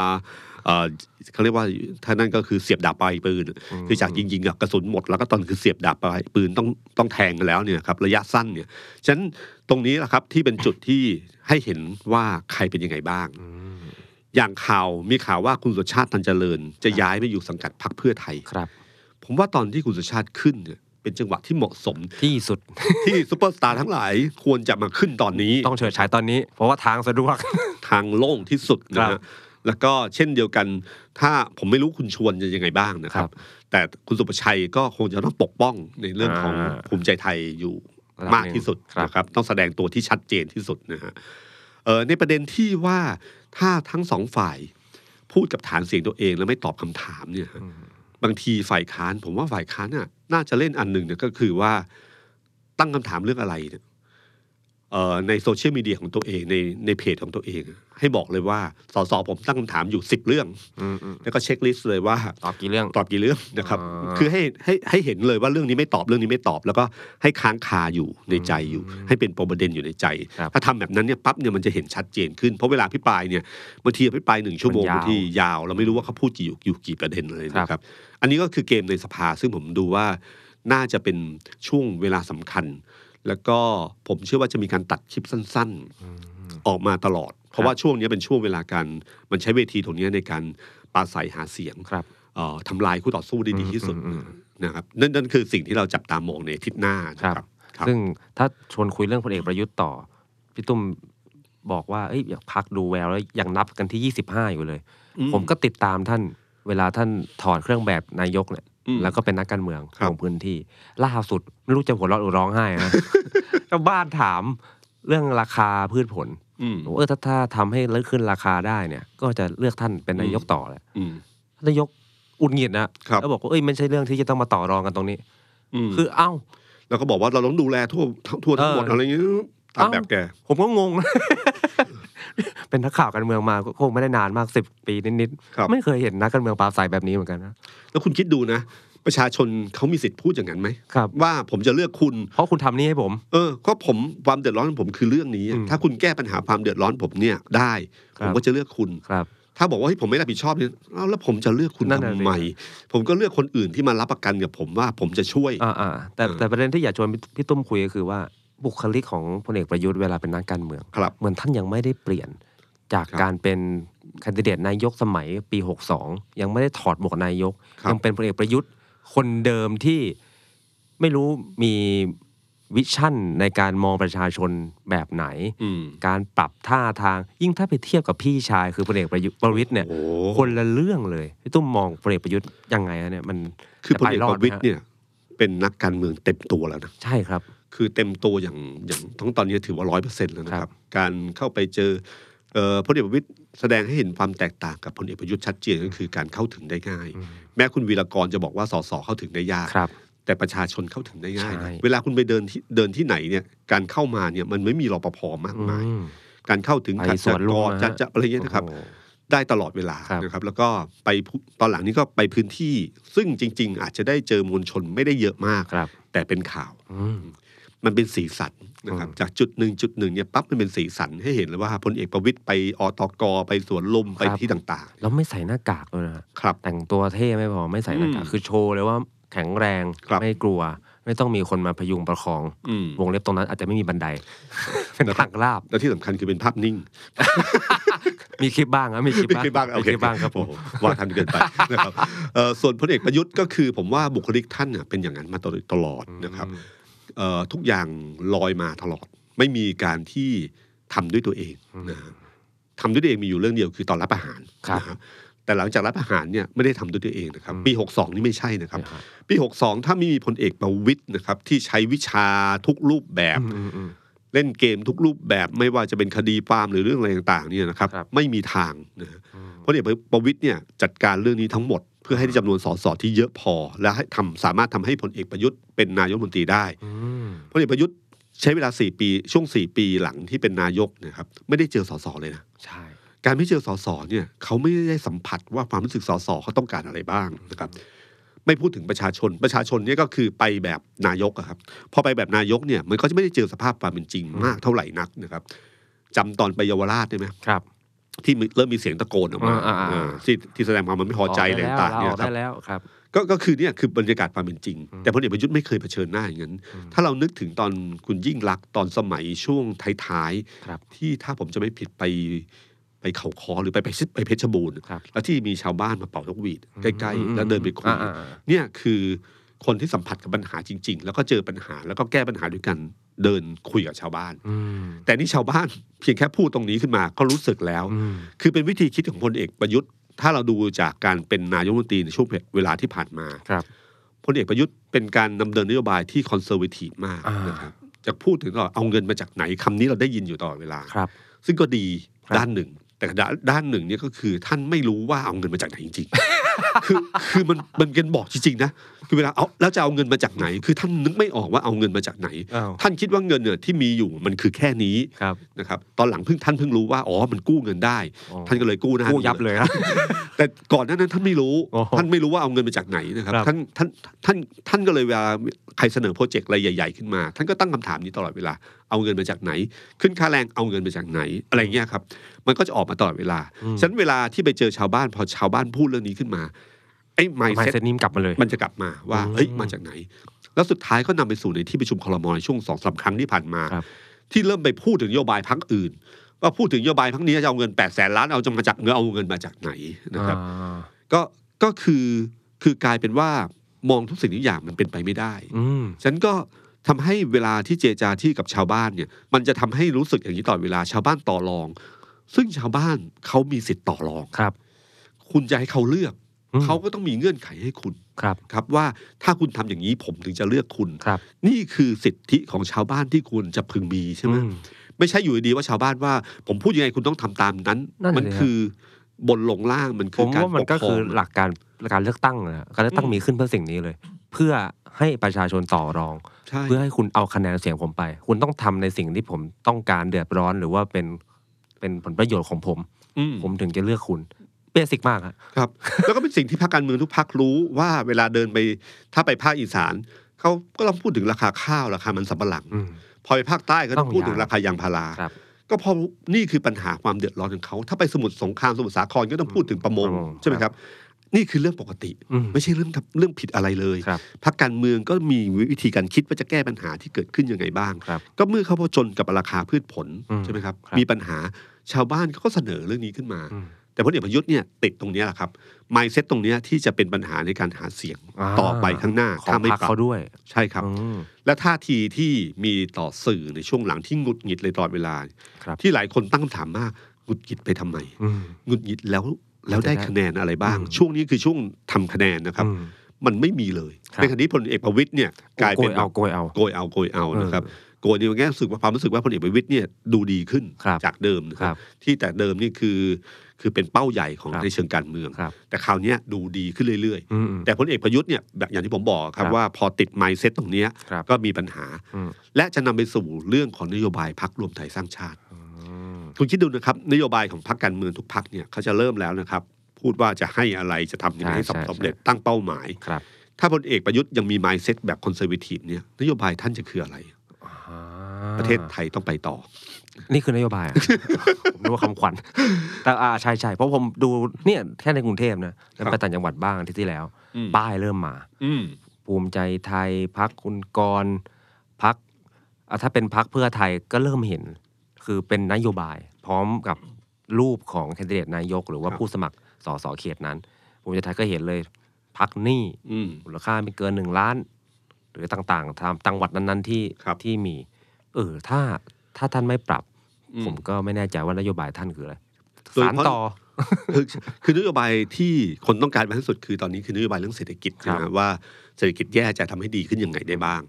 เอ่อเขาเรียกว่าท่านั่นก็คือเสียบดาบปลายปืน คือจากยิงๆกับกระสุนหมดแล้วก็ตอนคือเสียบดาบปลายปืนต้องต้องแทงกันแล้วเนี่ยครับระยะสั้นเนี่ยฉะนั้นตรงนี้แหละครับที่เป็นจุดที่ให้เห็นว่าใครเป็นยังไงบ้าง อืม อย่างข่าวมีข่าวว่าคุณสุชาติตันเจริญ จะย้ายไปอยู่สังกัดพักเพื่อไทย ครับ ผมว่าตอนที่คุณสุชาติขึ้นเนี่ยเป็นจังหวะที่เหมาะสม ที่สุด ที่ซูเปอร์สตาร์ทั้งหลายควรจะมาขึ้นตอนนี้ ต้องเฉิดฉายตอนนี้ เพราะว่าทางสะดวก ทางโล่งที่สุดนะ ครั ฮะ บ แล้วก็เช่นเดียวกัน ถ้าผมไม่รู้คุณชวนจะยังไงบ้างนะครับ ครับ แต่คุณสุประชัยก็คงจะต้องปกป้องในเรื่องของ อ่า ภูมิใจไทยอยู่ ระดับ มากที่สุด หนึ่งครับ นะครับ ต้องแสดงตัวที่ชัดเจนที่สุดนะฮะเอ่อในประเด็นที่ว่าถ้าทั้งสองฝ่าย พูดกับฐานเสียงตัวเองแล้วไม่ตอบคำถามเนี่ยฮะ บางทีฝ่ายค้าน ผมว่าฝ่ายค้านน่ะน่าจะเล่นอันหนึ่งเนี่ยก็คือว่าตั้งคำถามเรื่องอะไรเนี่ยเอ่อในโซเชียลมีเดียของตัวเองในในเพจของตัวเองอะให้บอกเลยว่าสสผมตั้งคำถามอยู่สิบเรื่อง อืมอืม แล้วก็เช็คลิสต์เลยว่า ตอบกี่เรื่อง ตอบกี่เรื่อง นะครับ อ่า คือให้ให้ให้เห็นเลยว่าเรื่องนี้ไม่ตอบเรื่องนี้ไม่ตอบ แล้วก็ให้ค้างคาอยู่ในใจอยู่ ให้เป็นปมประเด็นอยู่ในใจ ครับ ถ้าทำแบบนั้นเนี่ยปั๊บเนี่ยมันจะเห็นชัดเจนขึ้น เพราะเวลาพิปรายเนี่ยบางทีพิปรายหนึ่งชั่วโมง มันบางยาวทียาวเราไม่รู้ว่าเขาพูดกี่อยู่อยู่กี่ประเด็นเลย ครับ นะครับ อันนี้ก็คือเกมในสภาซึ่งผมดูว่าน่าจะเป็นช่วงเวลาสำคัญ แล้วก็ผมเชื่อว่าจะมีการตัดคลิปสั้น ๆ ออกมาตลอด เพราะว่าช่วงนี้เป็นช่วงเวลาการมันใช้เวทีตรงนี้ในการ ปราศัยหาเสียง ครับ เอ่อทำลายคู่ต่อสู้ได้ดีที่สุด อืมอืมอืม นะครับนั่นนั่นคือสิ่งที่เราจับตามองในอาทิศหน้า ครับ นะครับครับ ซึ่งถ้าชวนคุยเรื่องพลเอกประยุทธ์ต่อ พี่ตุ้มบอกว่าเอ้ยอยากพักดูแววแล้วยังนับกันที่ 25 อยู่เลย อืม ผมก็ติดตามท่านเวลาท่านถอดเครื่องแบบนายกเนี่ย อืม แล้วก็เป็นนักการเมือง ครับ ลงพื้นที่ ล่าสุด ไม่รู้จะหัวเราะหรือร้องไห้ นะ ชาวบ้านถามเรื่องราคาพืชผล อืม ผมเออถ้าถ้าทำให้เลิกขึ้นราคาได้เนี่ย ก็จะเลือกท่านเป็นนายกต่อแหละ อืม ท่านนายกอุดหงิดนะครับ แล้วบอกว่าเอ้ยไม่ใช่เรื่องที่จะต้องมาต่อรองกันตรงนี้ อืม คือเอ้า แล้วก็บอกว่าเราต้องดูแลทั่วทั่วทั่วทั้งหมด เอออ อะไรอย่างเงี้ยตาม เอ้า แบบแก ผมก็ง ง เป็นนักข่าวการเมืองมาก็คงไม่ได้นานมากสิบปีนิด ครับ ๆ ไม่เคยเห็นนักการเมืองปราศัยแบบนี้เหมือนกันนะ แล้วคุณคิดดูนะ ประชาชนเขามีสิทธิ์พูดอย่างนั้นไหม ครับ ว่าผมจะเลือกคุณ เพราะคุณทำนี่ให้ผม เออก็ผมความเดือดร้อนของผมคือเรื่องนี้ อืม ถ้าคุณแก้ปัญหาความเดือดร้อนผมเนี่ยได้ผครับ มก็จะเลือกคุณ ครับ ถ้าบอกว่าเฮ้ยผมไม่รับผิดชอบเนี่ยเอ้าแล้วผมจะเลือกคุณ นั่นน่ะ ทำ สิ ไมผมก็เลือกคนอื่นที่มารับประกันกับผมว่าผมจะช่วย อ่าอ่าแต่ เออ แต่ประเด็นที่อยากชวนพี่พี่ตุ้มคุยก็คือว่าบุคลิกของพลเอกประยุทธ์เวลาเป็นนักการเมือง ครับ เหมือนท่านยังไม่ได้เปลี่ยนจาก ครับ การเป็นแคนดิเดตนายกสมัยปี 62 ยังไม่ได้ถอดหมวกนายก ครับ ยัเป็นพลเอกประยุทธ์คนเดิมที่ไม่รู้มีวิชั่นในการมองประชาชนแบบไหน อืม การปรับท่าทางยิ่งถ้าไปเทียบกับพี่ชายคือพลเอกประยุทธ์ประวิทย์เนี่ย โอ้โห คนละเรื่องเลยพี่ตุ้มมองพลเอกประยุทธ์ยังไงฮะเนี่ยมัน คือพลเอกปจได ระ ไหม วิตยเนี่ย เป็นนักการเมืองเต็มตัวแล้วนะ ใช่ครับ คือเต็มตัวอย่างอย่างทั้งตอนนี้ถือว่าร้อยเปอร์เซ็นต์แล้วนะค ครั รับ บ การเข้าไปเจอเอ่อพลเอกประวิตยแสดงให้เห็นความแตกต่างกับพลเอกประยุทธ์ชัดเจนก็คือการเข้าถึงได้ง่าย แม้คุณวีรกรจะบอกว่าสสเข้าถึงได้ยาก ครับ แต่ประชาชนเข้าถึงได้ง่ายนะ ใช่ เวลาคุณไปเดินที่เดินที่ไหนเนี่ยการเข้ามาเนี่ยมันไม่มีรปภมากมาย อืม การเข้าถึง ไป ขัด สวนลุ ก ม ร นะฮะ จะจะอะไรเงี้ยนะครับ โอ้โห ได้ตลอดเวลา ครับ นะครับ แล้วก็ไปผู้ตอนหลังนี้ก็ไปพื้นที่ ซึ่งจริง ๆ อาจจะได้เจอมวลชนไม่ได้เยอะมาก ครับ แต่เป็นข่าว อืม มันเป็นสีสันนะครับ อืม จากจุดหนึ่งจุดหนึ่งเนี่ยปั๊บมันเป็นสีสันให้เห็นเลยว่าพลเอกประวิตยไปอตกไปสวนลมไป ครับ ที่ต่าง แล้วไม่ใส่หน้ากากเลยนะฮะ ๆ ครับ แต่งตัวเท่ไม่พอไม่ใส่หน้ากาก อืม คือโชว์เลยว่าแข็งแรง ครับ ไม่กลัว ไม่ต้องมีคนมาพยุงประคอง อืม วงเล็บตรงนั้นอาจจะไม่มีบันได เป็น นะครับ ทางลาบ และที่สำคัญคือเป็นภาพนิ่ง มีคลิปบ้างนะมีคลิป เป็นคลิปบ้างโอ มี เค คลิปบ้างครับผม โอ้โหว่าทันเกิน ไป นะครับเอ่อส่วนพลเอกประยุทธ์ก็คือผมว่าบุคลิกท่านเนี่ยเป็นอย่างนั้นมาตลอดตลอดนะครับเอ่อทุกอย่างลอยมาตลอด ไม่มีการที่ทำด้วยตัวเองนะฮะทำด้วยตัวเองมีอยู่เรื่องเดียวคือตอนรับอาหาร ครับ นะฮะแต่หลังจากรับอาหารเนี่ยไม่ได้ทำด้วยตัวเองนะครับ อืม ปี 62 นี่ไม่ใช่นะครับ เนี่ยฮะ ปี 62 ถ้าไม่มีพลเอกประวิตยนะครับ ที่ใช้วิชาทุกรูปแบบ อืมอืมอืม เล่นเกมทุกรูปแบบไม่ว่าจะเป็นคดีปาล์มหรือเรื่องอะไรต่างๆเนี่ยนะครับ ครับ ไม่มีทางนะฮะ อืม พลเอกประวิตยเนี่ยจัดการเรื่องนี้ทั้งหมด เพื่อให้ได้จำนวนสสที่เยอะพอ และให้ทำสามารถทำให้พลเอกประยุทธ์เป็นนายกรัฐมนตรีได้ อืม พลเอกประยุทธ์ใช้เวลา 4 ปีช่วง 4 ปีหลังที่เป็นนายกนะครับไม่ได้เจอสสเลยนะ ใช่ การไม่เจอสสเนี่ยเขาไม่ได้สัมผัสว่าความรู้สึกสสเขาต้องการอะไรบ้างนะครับ ไม่พูดถึงประชาชน ประชาชนเนี่ยก็คือไปแบบนายกอะครับ พอไปแบบนายกเนี่ยมันก็จะไม่ได้เจอสภาพความเป็นจริงมากเท่าไหร่นักนะครับจำตอนไปเยาวราชได้ไหม ครับ ที่มีเริ่มมีเสียงตะโกนออกมา อ่าอ่าอ่า เออที่ที่แสดงความไม่พอใจอะไรต่างๆ อ เนี่ อย ก ครั ได้ บ แล้วออกได้แล้วครับ ก็ก็คือเนี่ยคือบรรยากาศความเป็นจริง แต่พลเอกประยุทธ์ไม่เคยเผชิญหน้าอย่างนั้นถ้าเรานึกถึงตอนคุณยิ่งรักษณ์ตอนสมัยช่วงท้าย ครับ ๆที่ถ้าผมจะไม่ผิดไปไปเขาคอหรือไปไปไปเพชรบูรณ์ ครับ แล้วที่มีชาวบ้านมาเป่านกหวีดใกล้ๆแล้วเดินไปคุย อ่าอ่า เนี่ยคือคนที่สัมผัสกับปัญหาจริง ๆ แล้วก็เจอปัญหาแล้วก็แก้ปัญหาด้วยกันเดินคุยกับชาวบ้าน อืม แต่นี่ชาวบ้าน เพียงแค่พูดตรงนี้ขึ้นมาก็รู้สึกแล้ว อืม คือเป็นวิธีคิดของพลเอกประยุทธ์ ถ้าเราดูจากการเป็นนายกรัฐมนตรีในช่วงเวลาที่ผ่านมา ครับ พลเอกประยุทธ์เป็นการดำเนินนโยบายที่คอนเซอร์วทีฟมาก อ่าน นะครับจะพูดถึงตลอดเอาเงินมาจากไหนคำนี้เราได้ยินอยู่ตลอดเวลา ครับ ซึ่งก็ดี ครับ ด้านหนึ่ง แต่ด้านด้านหนึ่งเนี่ยก็คือท่านไม่รู้ว่าเอาเงินมาจากไหนจริงๆ คือคือมันมันกันบอกจริงๆนะคือเวลาเอาแล้วจะเอาเงินมาจากไหน คือท่านนึกไม่ออกว่าเอาเงินมาจากไหน อ้าว ท่านคิดว่าเงินเนี่ยที่มีอยู่มันคือแค่นี้ ครับ นะครับตอนหลังเพิ่งท่านเพิ่งรู้ว่าอ๋อมันกู้เงินได้ อ๋อ ท่านก็เลยกู้หน้า กู้ยับเลยครับ แต่ก่อนหนานั้นท่านไม่รู้ โอ้โห ท่านไม่รู้ว่าเอาเงินมาจากไหนนะครับ ครับ ท่านท่านท่านท่านก็เลยเวลาใครเสนอโปรเจกต์อะไรใหญ่ ๆขึ้นมา ท่านก็ตั้งคำถามนี้ตลอดเวลาเอาเงินมาจากไหน ขึ้นค่าแรงเอาเงินมาจากไหนอะไรเงี้ยครับ มันก็จะออกมาตลอดเวลาฉะนั้นเวลาที่ไปเจอชาวบ้านพอชาวบ้านพูดเรื่องนี้ขึ้นมาไอ้ไม ไม เซ็ เซ็ ต ตนี้กลับมาเลย มันจะกลับมาว่า อืม เฮ้ยมาจากไหน แล้วสุดท้ายก็นำไปสู่ในที่ประชุมคลมในช่วงสองสาครั้งที่ผ่านมา ครับ ที่เริ่มไปพูดถึงนโยบายพรรคอื่น ก็พูดถึงนโยบายพักนี้จะเอาเงิน8ปดแสนล้านเอาจะมาจากเงินเอาเงินมาจากไหนนะครับ อ่า ก็ก็คือคือกลายเป็นว่ามองทุกสิ่งทุกอย่างมันเป็นไปไม่ได้ อืม ฉันก็ทำให้เวลาที่เจรจาที่กับชาวบ้านเนี่ย มันจะทำให้รู้สึกอย่างนี้ตลอดเวลาชาวบ้านต่อรอง ซึ่งชาวบ้านเขามีสิทธิ์ต่อรอง ครับ คุณจะให้เขาเลือก อืม เขาก็ต้องมีเงื่อนไขให้คุณ ครับ ครับว่าถ้าคุณทำอย่างนี้ผมถึงจะเลือกคุณ ครับ นี่คือสิทธิของชาวบ้านที่ควรจะพึงมีใช่ไหม อื ไม่ใช่อยู่ดีๆว่าชาวบ้านว่า ผมพูดยังไงคุณต้องทำตามนั้น นั่นสิ มั ครับ คือบนลงล่างมัน ผ คือ ม การ ว่ามัน ป ก็ คร คือง หลักการการเลือกตั้งนะฮะการเลือกตั้ง อืม มีขึ้นเพื่อสิ่งนี้เลย เพื่อให้ประชาชนต่อรอง ใช่ เพื่อให้คุณเอาคะแนนเสียงผมไป คุณต้องทำในสิ่งที่ผมต้องการเดือดร้อนหรือว่าเป็นเป็นผลประโยชน์ของผม ม ผมถึงจะเลือกคุณเบสิกมากอะ ครับ แล้วก็เป็นสิ่งที่พรรคการเมืองทุกพรรครู้ว่าเวลาเดินไปถ้าไปภาคอีสานเขาก็ต้องพูดถึงราคาข้าวราคามันสำปะหลัง พอไปภาคใต้ก็ต้อง ต้อง พูดถึง ยาง ราคายางพารา ครับ ก็เพอนี่คือปัญหาความเดือดร้อนของเขาถ้าไปสมุทรสงครามสมุทรสาครก็ต้องพูดถึงประมง ประมง ใช่ไหมครับ นี่คือเรื่องปกติ อืม ไม่ใช่เรื่องเรื่องผิดอะไรเลย ครับ พรรคการเมืองก็มีวิธีการคิดว่าจะแก้ปัญหาที่เกิดขึ้นยังไงบ้าง ครับ ก็เมื่อเขาผจญกับราคาพืชผล อืม ใช่ไหมครับ ครับ มีปัญหาชาวบ้านเขาก็เสนอเรื่องนี้ขึ้นมา อืม แต่พลเอกประยุทธ์เนี่ยติดตรงเนี้ยแหละครับไมเซ็ตตรงเนี้ยที่จะเป็นปัญหาในการหาเสียง อ่า ต่อไปข้างหน้า ขอ ถ้าง ไม่ พรรค ปรับ เขาด้วย ใช่ครับ อืม และท่าทีที่มีต่อสื่อในช่วงหลังที่หงุดหงิดเลยตลอดเวลา ครับ ที่หลายคนตั้งคำถามมากหงุดหงิดไปทำไม อืม หงุดหงิดแล้วแล้วได้คะแนนอะไรบ้าง อืม ช่วงนี้คือช่วงทำคะแนนนะครับ อืม มันไม่มีเลย ครับ ในขณะที่พลเอกประวิตยเนี่ยกลายเป็น โเอาโกยเอา โกยเอาโกยเอา เออ นะครับโกยในแง่รู้สึกว่าความรู้สึกว่าพลเอกประวิตยเนี่ยดูดีขึ้น ครับ จากเดิมนะ ค ครับ รับ ที่แต่เดิมนี่คือคือเป็นเป้าใหญ่ของ ครับ ในเชิงการเมือง ครับ แต่คราวเนี้ยดูดีขึ้นเรื่อย อืมอืม ๆ แต่พลเอกประยุทธ์เนี่ยแบบอย่างที่ผมบอกค ครั รับบ ว่าพอติดไมซ์เซ็ตตรงเนี้ย ครับ ก็มีปัญหา อืม และจะนำไปสู่เรื่องของนโยบายพักรวมไทยสร้างชาติ อืม คุณคิดดูนะครับนโยบายของพักการเมืองทุกพักเนี่ยเขาจะเริ่มแล้วนะครับ พูดว่าจะให้อะไรจะทำยังไงให้ ใช่ใช่ สำเร็จตั้งเป้าหมาย ครับ ถ้าพลเอกประยุทธ์ยังมีไมซ์เซ็ตแบบคอนเซอร์วทีฟเนี่ยนโยบายท่านจะคืออะไร อ่า ประเทศไทยต้องไปต่อ นี่คือนโยบายอะ ผมนึกว่าคำขวัญแต่อ่าใช่ใช่เพราะผมดูเนี่ยแค่ในกรุงเทพนะแล้วไปต่างจังหวัดบ้างอาที่ที่แล้ว อืม ป้ายเริ่มมา อืม ภูมิใจไทยพักคุณกรณ์พักถ้าเป็นพักเพื่อไทยก็เริ่มเห็น คือเป็นนโยบาย พร้อมกับรูปของแคนดิเดตนายก หรือว่า ครับ ผู้สมัครสสเขตนั้น ภูมิใจไทยก็เห็นเลย พักหนี้ อืม มูลค่าไม่เกินหนึ่งล้าน หรือต่างๆตามจังหวัดนั้นๆที่ ครับ ที่มี เออถ้าถ้าท่านไม่ปรับ อืม ผมก็ไม่แน่ใจว่านโยบายท่านคืออะไร โดย สา เฉ ร พาะ ต่อ คือคือนโยบายที่คนต้องการมากที่สุดคือตอนนี้คือนโยบายเรื่องเศรษฐกิจ ครับ นะฮะว่าเศรษฐกิจแย่จะทำให้ดีขึ้นยังไงได้บ้าง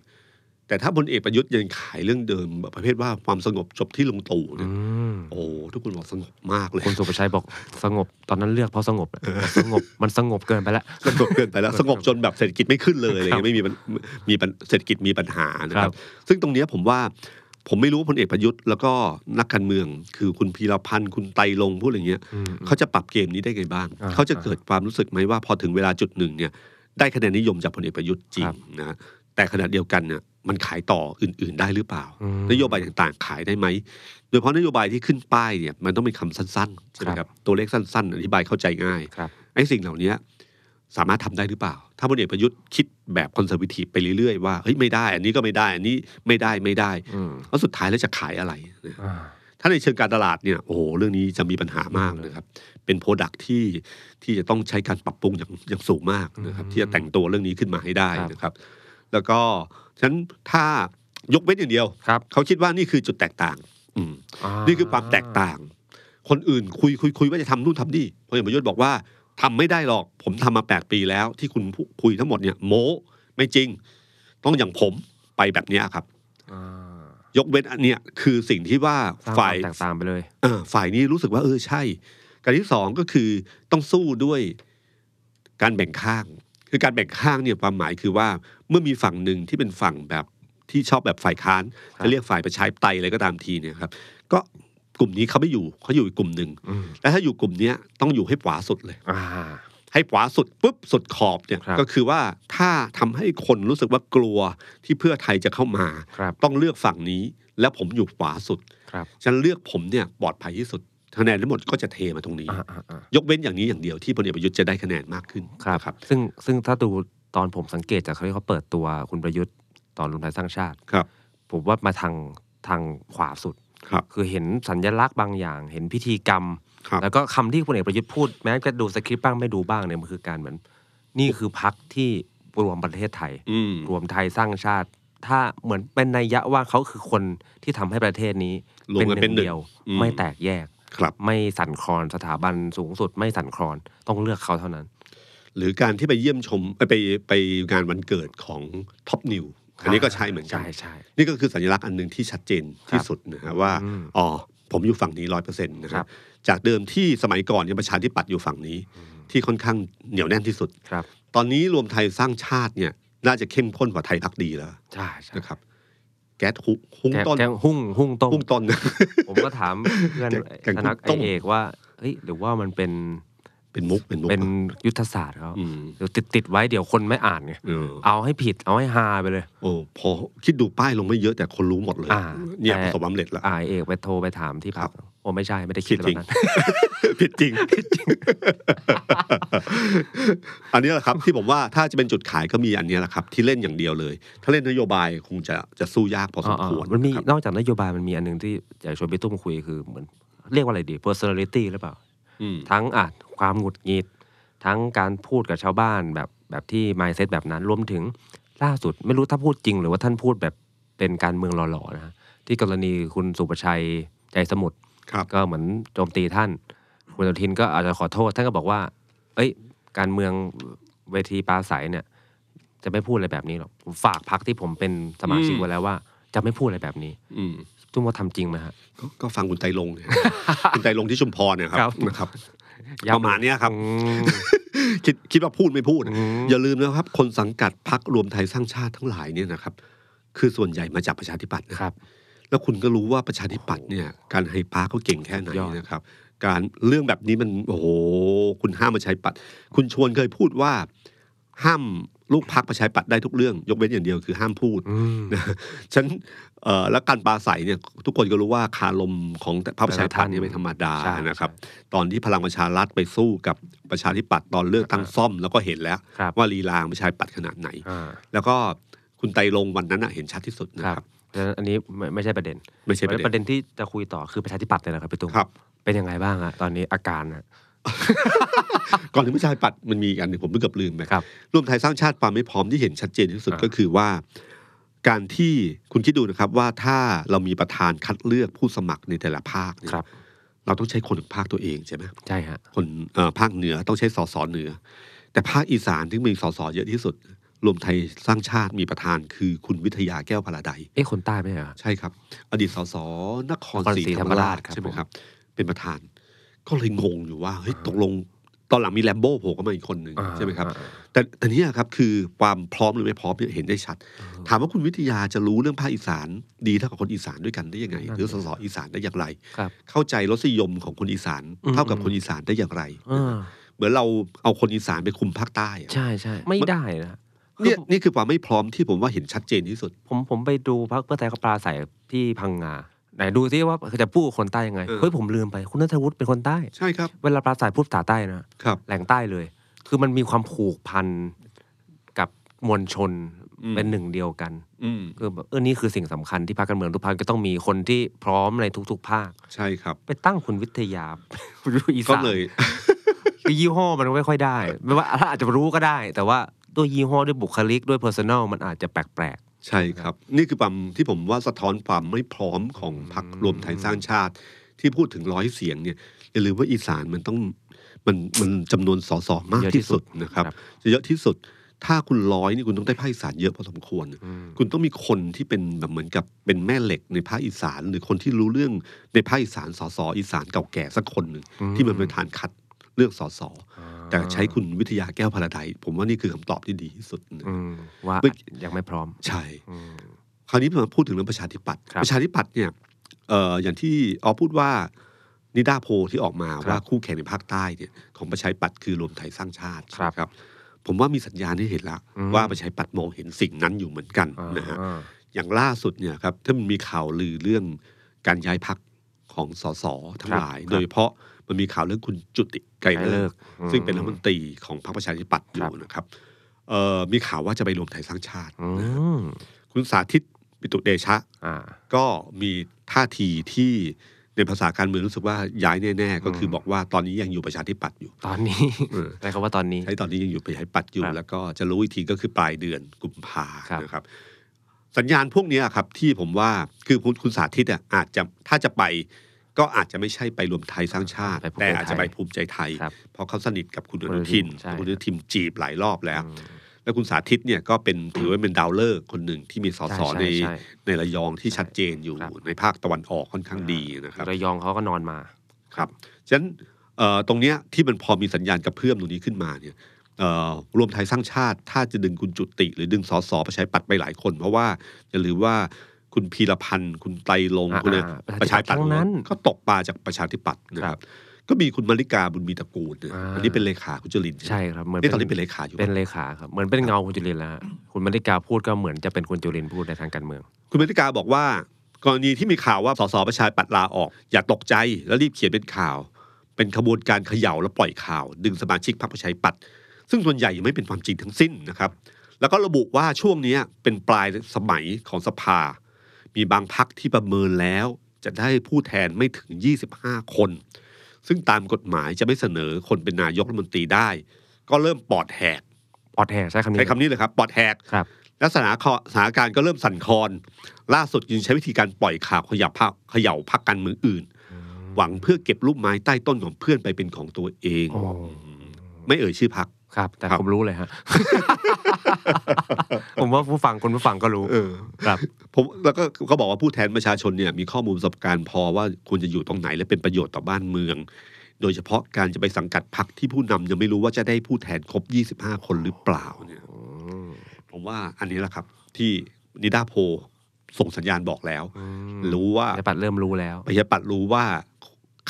แต่ถ้าพลเอกประยุทธ์ยังขายเรื่องเดิมแบบประเภทว่าความสงบจบที่ลงตู่เนี่ย อืม โอ้ทุกคนบอกสงบมากเลย คุณสุประชัยบอกสงบตอนนั้นเลือกเพราะสงบอะสงบมันสงบเกินไปแล้ว สงบเกินไปแล้ว สงบจนแบบเศรษฐกิจไม่ขึ้นเลยอะไรเงี้ยไม่มีปัญมีปัญเศรษฐกิจมีปัญหานะค ครั รับ บ ซึ่งตรงเนี้ยผมว่าผมไม่รู้ว่าพลเอกประยุทธ์แล้วก็นักการเมือง คือคุณพีรพันธ์คุณไตรลงค์พวกอะไรเงี้ย อืม เขาจะปรับเกมนี้ได้ไงบ้าง อ่า เขาจะเกิดความรู้สึกไหมว่าพอถึงเวลาจุดหนึ่งเนี่ยได้คะแนนนิยมจากพลเอกประยุทธ์จริง ครับ นะ แต่ขณะเดียวกันเนี่ยมันขายต่ออื่น ๆ ได้หรือเปล่า อืม นโยบายต่างๆ ขายได้ไหม โดยเฉพาะนโยบายที่ขึ้นป้ายเนี่ยมันต้องเป็นคำสั้นๆใช่ไหม ค ค รั รับ บตัวเลขสั้น ๆ อธิบายเข้าใจง่าย ครับ ไอ้สิ่งเหล่านี้สามารถทำได้หรือเปล่า ถ้าพลเอกประยุทธ์คิดแบบคอนเซอร์วทีฟไปเรื่อยๆว่าเฮ้ยไม่ได้ อันนี้ก็ไม่ได้ อันนี้ไม่ได้ไม่ได้ อืม แล้วสุดท้ายแล้วจะขายอะไรนะ อ่า ถ้าในเชิงการตลาดเนี่ยโอ้โหเรื่องนี้จะมีปัญหามากนะครับ เป็นโปรดักที่ที่จะต้องใช้การปรับปรุงอย่างอย่างสูงมากนะครับ อืม ที่จะแต่งตัวเรื่องนี้ขึ้นมาให้ได้ ครับ นะครับ แล้วก็ฉะนั้นถ้ายกเว้นอย่างเดียว ครับ เขาคิดว่านี่คือจุดแตกต่าง อืม า นี่คือความแตกต่าง คนอื่นคุยคุยคุยว่าจะทำนู่นทำนี่พลเอกประยุทธ์บอกว่าทำไม่ได้หรอกผมทำมา 8 ปีแล้ว ที่คุณพูคุยทั้งหมดเนี่ยโม้ไม่จริง ต้องอย่างผมไปแบบเนี้ยครับ อ่าย กเว้นอันเนี้ยคือสิ่งที่ว่า สร้างควา ฝ่าม ย แตกต่างไปเลย เอ่อฝ่ายนี้รู้สึกว่าเออใช่ การที่สองก็คือต้องสู้ด้วยการแบ่งข้าง คือการแบ่งข้างเนี่ยความหมายคือว่าเมื่อมีฝั่งหนึ่งที่เป็นฝั่งแบบที่ชอบแบบฝ่ายค้าน ครับ จะเรียกฝ่ายประชาธิปไตยอะไรก็ตามทีเนี่ยครับ ก็กลุ่มนี้เขาไม่อยู่เขาอยู่อีกกลุ่มหนึ่ง อืม และถ้าอยู่กลุ่มเนี้ยต้องอยู่ให้ขวาสุดเลย อ่า ให้ขวาสุดปุ๊บสุดขอบเนี่ย ครับ ก็คือว่าถ้าทำให้คนรู้สึกว่ากลัวที่เพื่อไทยจะเข้ามา ครับ ต้องเลือกฝั่งนี้ และผมอยู่ขวาสุด ครับ ฉันเลือกผมเนี่ยปลอดภัยที่สุดคะแนนทั้งหมดก็จะเทมาตรงนี้ อ่าอ่าอ่าย กเว้นอย่างนี้อย่างเดียวที่พลเอกประยุทธ์จะได้คะแนนมากขึ้น ครับ ครับ ซึ่งซึ่งถ้าดูตอนผมสังเกตจากเขาที่เขาเปิดตัวคุณประยุทธ์ตอนรวมไทยสร้างชาติ ครับ ผมว่ามาทางทางขวาสุด ครับ คือเห็นสัญลักษณ์บางอย่าง เห็นพิธีกรรม ครับ แล้วก็คำที่พลเอกประยุทธ์พูดแม้จะดูสคริปต์บ้างไม่ดูบ้างเนี่ยมันคือการเหมือน นี่คือพักที่รวมประเทศไทย อืม รวมไทยสร้างชาติ ถ้าเหมือนเป็นนัยยะว่าเขาคือคนที่ทำให้ประเทศนี้ รวมกันเป็นหนึ่ง เดียว อืม ไม่แตกแยก ครับ ไม่สั่นคลอนสถาบันสูงสุด ไม่สั่นคลอนต้องเลือกเขาเท่านั้น หรือการที่ไปเยี่ยมชมเอ้ยไปไปงานวันเกิดของท็อปนิวอันนี้ก็ใช่เหมือนกัน ใช่ใช่ นี่ก็คือสัญลักษณ์อันหนึ่งที่ชัดเจนที่สุดนะฮะว่า อืม อ๋อผมอยู่ฝั่งนี้ร้อยเปอร์เซ็นต์นะค ครั รับบ จากเดิมที่สมัยก่อนเนี่ยประชาธิปัตย์อยู่ฝั่งนี้ ที่ค่อนข้างเหนียวแน่นที่สุด ครับ ตอนนี้รวมไทยสร้างชาติเนี่ยน่าจะเข้มข้นกว่าไทยพักดีแล้ว ใช่ใช่ นะครับ แก๊สฮุหุ้ง แก ต้น แกหุ้งหุ้งต้ม หุ้งต้น ผมก็ถามเพื่อน แกงแกง ธนักไอ ต้ม เอกว่าเฮ้ยหรือว่ามันเป็น เป็นมุกเป็นมุก เป็นยุทธศาสตร์เขา อืม เดี๋ยวติดติดไว้เดี๋ยวคนไม่อ่านไง เออ เอาให้ผิดเอาให้ฮาไปเลย โอ้พอคิดดูป้ายลงไม่เยอะแต่คนรู้หมดเลย อ่า เนี่ย แต่ ประสบความสำเร็จแล้ว อ่าไอ้เอกไปโทรไปถามที่พักโอ้ไม่ใช่ไม่ได้คิด ผิดจริงแบบนั้น ผิดจริง อันนี้แหละครับที่ผมว่าถ้าจะเป็นจุดขายก็มีอันนี้แหละครับ ที่เล่นอย่างเดียวเลย ถ้าเล่นนโยบายคงจะจะสู้ยากพอสมควร อ่าๆมันมี ครับ นอกจากนโยบายมันมีอันหนึงที่อยากชวนพี่ตุ้มคุยคือเหมือนเรียกว่าอะไรดี personality หรือเปล่า อืม ทั้งอ่ะความหงุดหงิด ทั้งการพูดกับชาวบ้านแบบแบบที่ mindset แบบนั้นรวมถึงล่าสุดไม่รู้ถ้าพูดจริง หรือว่าท่านพูดแบบเป็นการเมืองหล่อๆนะฮะที่กรณีคุณสุประชัยใจสมุทร ครับ ก็เหมือนโจมตีท่าน คุณอนุทินก็อาจจะขอโทษ ท่านก็บอกว่า เอ้ย การเมืองเวทีปราศัยเนี่ย จะไม่พูดอะไรแบบนี้หรอกผมฝากพักที่ผมเป็นสมาชิกไว้แล้วว่า จะไม่พูดอะไรแบบนี้ อืม ตุ้มว่าทำจริงไหมฮะ ก็ก็ฟังคุณไตรลง ค์เนี่ย คุณไตรลงค์ที่ชุมพรเนี่ยค ครั รับบ นะครับ ประมาณเนี้ยครับ อืม คิดคิดว่าพูดไม่พูด อืม อย่าลืมนะครับ คนสังกัดพักรวมไทยสร้างชาติทั้งหลายเนี่ยนะครับ คือส่วนใหญ่มาจากประชาธิปัตย์นะ ครับ แล้วคุณก็รู้ว่าประชาธิปัตย์เนี่ยการไฮปาร์คเขาเก่งแค่ไหน สุดยอด นะครับ การเรื่องแบบนี้มันโอ้โหคุณห้ามมาใช้ปัด คุณชวนเคยพูดว่า ห้ามลูกพักประชาธิปัตย์ได้ทุกเรื่อง ยกเว้นอย่างเดียวคือห้ามพูด อืม ฉันเอ่อและการปราศัยเนี่ยทุกคนก็รู้ว่าคารมของพรรคประชาธิปัตย์เนี่ยไม่ธรรมดา ใช่ นะครับ ใช่ ตอนที่พลังประชารัฐไปสู้กับประชาธิปัตย์ตอนเลือกตั้งซ่อม แล้วก็เห็นแล้ว ครับ ว่าลีลาของประชาธิปัตย์ขนาดไหน อ่า แล้วก็คุณไตรลงค์วันนั้นน่ะเห็นชัดที่สุดนะ ครั ครับ บ เพราะฉะนั้นอันนี้ไม่ไม่ใช่ประเด็น ไม่ใช่ประเด็นประเด็นที่จะคุยต่อคือประชาธิปัตย์เนี่ยแหละครับพี่ตุ้ม ครับ เป็นยังไงบ้างอะตอนนี้อาการอะ ก่อนถึงประชาธิปัตย์มันมีอีกอันหนึ่งผมเพิ่งเกือบลืมไป ครับ รวมไทยสร้างชาติความไม่พร้อมที่เห็นชัดเจนที่สุด อ่า ก็คือว่า การที่คุณคิดดูนะครับว่าถ้าเรามีประธานคัดเลือกผู้สมัครในแต่ละภาคเนี่ย ครับ เราต้องใช้คนของภาคตัวเองใช่ไหม ใช่ฮะ คนเอ่อภาคเหนือต้องใช้สสเหนือ แต่ภาคอีสานที่มีสสเยอะที่สุด รวมไทยสร้างชาติมีประธานคือคุณวิทยาแก้วพลาไดย เอ๊ะคนใต้ไม่ใช่เหรอ ใช่ครับ อดีตสสนคร นคร ศรีธรรมราช ศรีธรรมราชครับ ใช่ไหมครับ เป็นประธาน ก็เลยงงอยู่ว่าเฮ้ยตกลงตอนหลังมีแลมโบ้โผล่เข้ามาอีกคนหนึ่ง อ่า ใช่ไหมครับ อ่า แต่แต่เนี่ยครับคือความพร้อมหรือไม่พร้อมเนี่ยเห็นได้ชัด ถามว่าคุณวิทยาจะรู้เรื่องภาคอีสาน ดีเท่ากับคนอีสานด้วยกันได้ยังไง นั่น หรือ สิ สสอีสานได้อย่างไร ครับ เข้าใจรสนิยมของคนอีสาน อืม เท่ากับคนอีสานได้อย่างไร อ่า เหมือนเราเอาคนอีสานไปคุมภาคใต้อะ ใช่ใช่ไม่ได้นะ เนี่ยนี่คือความไม่พร้อมที่ผมว่าเห็นชัดเจนที่สุด ผมผมไปดูพักเพื่อไทยเขาปลาใสที่พังงาไหนดูซิว่าจะพูดกับคนใต้ยังไง เออ เฮ้ยผมลืมไปคุณนัทวุฒิเป็นคนใต้ ใช่ครับ เวลาปลาใสพูดภาษาใต้นะครับ แหล่งใต้เลย คือมันมีความผูกพันกับมวลชน อืม เป็นหนึ่งเดียวกัน อืม คือแบบเออนี่คือสิ่งสำคัญที่พรรคการเมืองทุกพรรคก็ต้องมีคนที่พร้อมในทุก ๆ ภาค ใช่ครับ ไปตั้งคุณวิท ยา คุณอี ก็ สาน เลย คือยี่ห้อมันไม่ค่อยได้ ไม่ว่าถ้าอาจจะรู้ก็ได้ แต่ว่าด้วยยี่ห้อด้วยบุคลิกด้วยเพอร์ซันอลมันอาจจะแปลก ใช่ครับ นี่คือความที่ผมว่าสะท้อนความไม่พร้อมของพรรครวมไทยสร้างชาติ ที่พูดถึงร้อยเสียงเนี่ยอย่าลืมว่าอีสานมันต้องมันมันจำนวนสสมาก เยอะที่ ที่ สุ สุด ด นะครับ ครับ จะเยอะที่สุด ถ้าคุณร้อยนี่คุณต้องได้ภาคอีสานเยอะพอสมควร ๆอืม คุณต้องมีคนที่เป็นแบบเหมือนกับเป็นแม่เหล็กในภาคอีสาน หรือคนที่รู้เรื่องในภาคอีสานสสอีสานเก่าแก่สักคนหนึ่ง อืม ที่มันเป็นฐานคัดเลือกสส อ่า แต่ใช้คุณวิทยาแก้วพลาไดผมว่านี่คือคำตอบที่ดีที่สุดนะ อืมว่า เมื่อกี้ ยังไม่พร้อม ใช่ อืม คราวนี้มาพูดถึงเรื่องประชาธิปัตย์ ครับ ประชาธิปัตย์เนี่ยเอ่ออย่างที่ออพูดว่านิดาโพลที่ออกมา ครับ ว่าคู่แข่งในภาคใต้เนี่ยของประชาธิปัตย์คือรวมไทยสร้างชาติ ครับ นะผมว่ามีสัญญาณให้เห็นแล้ว อืม ว่าประชาธิปัตย์มองเห็นสิ่งนั้นอยู่เหมือนกัน อ่า นะฮะ อ่า อย่างล่าสุดเนี่ยครับถ้ามันมีข่าวลือเรื่องการย้ายพักของสสทั้งหลาย โดยเฉพาะมันมีข่าวเรื่องคุณจุติไกร ใกล้ เลิ เลิ ก ก ษ์ อืม ซึ่งเป็นรัฐมนตรีของพรรคประชาธิปัตย์อ ครั ยู่ บ นะครับเอ่อมีข่าวว่าจะไปรวมไทยสร้างชาติ อื นะฮะ ม คุณสาธิต ปิตุเดชะ อ่า ก็มีท่าทีที่ในภาษาการเมืองรู้สึกว่าย้ายแน่ๆก็คืออ ม บอกว่าตอนนี้ยังอยู่ประชาธิปัตย์อยู่ ตอนนี้ เออ ใช้คำว่าตอนนี้ ใช้ตอนนี้ยังอยู่ประชาธิปัตย์อยู่ ครับ แล้วก็จะรู้อีกทีก็คือปลายเดือนกุมภา ครับ นะครับ สัญญาณพวกเนี้ยครับที่ผมว่าคือคุณคุณสาธิตเนี่ยอาจจะถ้าจะไป ก็อาจจะไม่ใช่ไปรวมไทยสร้างชาติ ไปภูมิใจ แต่อาจจะไปภูมิใจไทย ครับ เพราะเขาสนิทกับคุณอนุทิน อนุทินใช่ คุณอนุทินจีบหลายรอบแล้ว อืม แล้วคุณสาธิตเนี่ยก็เป็นถือว่าเป็นดาวเลอร์คนหนึ่งที่มีสส ใช่ ใน ใช่ใช่ ในระยองที่ชัดเจนอยู่ ครับ ในภาคตะวันออกค่อนข้างดีนะครับ ระยองเขาก็นอนมา ครับฉะนั้นเอ่อตรงเนี้ยที่มันพอมีสัญญาณกระเพื่อมตรงนี้ขึ้นมาเนี่ยเอ่อรวมไทยสร้างชาติ ถ้าจะดึงคุณจุติ หรือดึงสสไปใช้ปัดไปหลายคน เพราะว่าอย่าลืมว่าคุณพีรพันธ์ คุณไตรลงค์ อ่า คุณอะไร อ่า ประชาธิปัต ทั้ ย์ งนั้น ก็ตกปลาจากประชาธิปัตย์นะครับ ก็มีคุณมาริกาบุญมีตระกูลเนี่ย อ่า อันนี้เป็นเลขาคุณจุลินท ใช่ ไหม ครับเหมือน นี่ตอนนี้เป็นเลขาอยู่ เป็นเลขาครับเหมือนเป็นเงาคุณจุลินแล้วฮะคุณมริกาพูดก็เหมือนจะเป็นคุณจุลินพูดในทางการเมือง คุณมาริกาบอกว่า กรณีที่มีข่าวว่าสสประชาธิปัตย์ลาออก อย่าตกใจแล้วรีบเขียนเป็นข่าว เป็นขบวนการเขย่าและปล่อยข่าว ดึงสมาชิกพรรคประชาธิปัตย์ซึ่งส่วนใหญ่ยังไม่เป็นความจริงทั้งสิ้นนะครับ แล้วก็ระบุว่าช่วงเนี้ยเป็นปลายสมัยของสภา มีบางพักที่ประเมินแล้ว จะได้ผู้แทนไม่ถึง 25 คน ซึ่งตามกฎหมายจะไม่เสนอคนเป็นนายกรัฐมนตรีได้ ก็เริ่มปอดแหก ออดแห่ใช้คำนี้ ใช้คำนี้เลยครับปอดแหก ครับ และสถานะสถานการณ์ก็เริ่มสั่นคลอน ล่าสุดยังใช้วิธีการปล่อยข่าวขยับพักเขย่าพักการเมืองอื่น หวังเพื่อเก็บลูกไม้ใต้ต้นของเพื่อนไปเป็นของตัวเอง โอ้ ไม่เอ่ยชื่อพัก ครับ แต่ ครับ ผมรู้เลยฮะ ผมว่าผู้ฟังคนผู้ฟังก็รู้ครับ ผมแล้วก็เขาบอกว่าผู้แทนประชาชนเนี่ยมีข้อมูลประสบการณ์พอว่าควรจะอยู่ตรงไหนและเป็นประโยชน์ต่อบ้านเมือง โดยเฉพาะการจะไปสังกัดพักที่ผู้นำยังไม่รู้ว่าจะได้ผู้แทนครบ 25 คนหรือเปล่าเนี่ย ผมว่าอันนี้แหละครับ ที่นิดาโพลส่งสัญญาณบอกแล้ว อืม รู้ว่า ในปัดเริ่มรู้แล้ว ประชาธิปัตย์รู้ว่า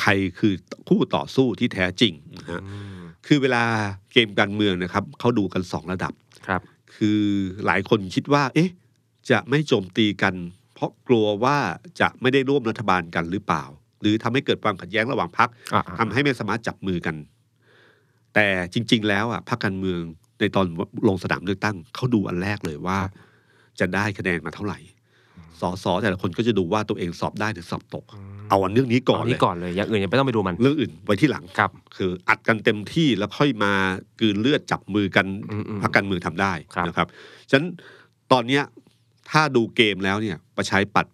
ใครคือคู่ต่อสู้ที่แท้จริงนะฮะ อืม คือเวลาเกมการเมืองนะครับเขาดูกันสองระดับ ครับ คือหลายคนคิดว่า เอ๊ะ จะไม่โจมตีกัน เพราะกลัวว่าจะไม่ได้ร่วมรัฐบาลกันหรือเปล่า หรือทำให้เกิดความขัดแย้งระหว่างพรรค อ่ะ ทำให้ไม่สามารถจับมือกัน แต่จริง ๆ แล้วอ่ะพรรคการเมืองในตอนลงสนามเลือกตั้งเขาดูอันแรกเลยว่า จะได้คะแนนมาเท่าไหร่สสแต่ละคนก็จะดูว่าตัวเองสอบได้หรือสอบตก เอาอันเรื่องนี้ก่อน เา เล นี้ ย ก่อนเลย อย่างอื่นยังไม่ต้องไปดูมัน เรื่องอื่นไว้ที่หลัง ครับ คืออัดกันเต็มที่แล้วค่อยมากลืนเลือดจับมือกัน อืมๆ พักการเมืองทำได้ ครับ นะครับฉะนั้นตอนเนี้ยถ้าดูเกมแล้วเนี่ยประชาธิปัด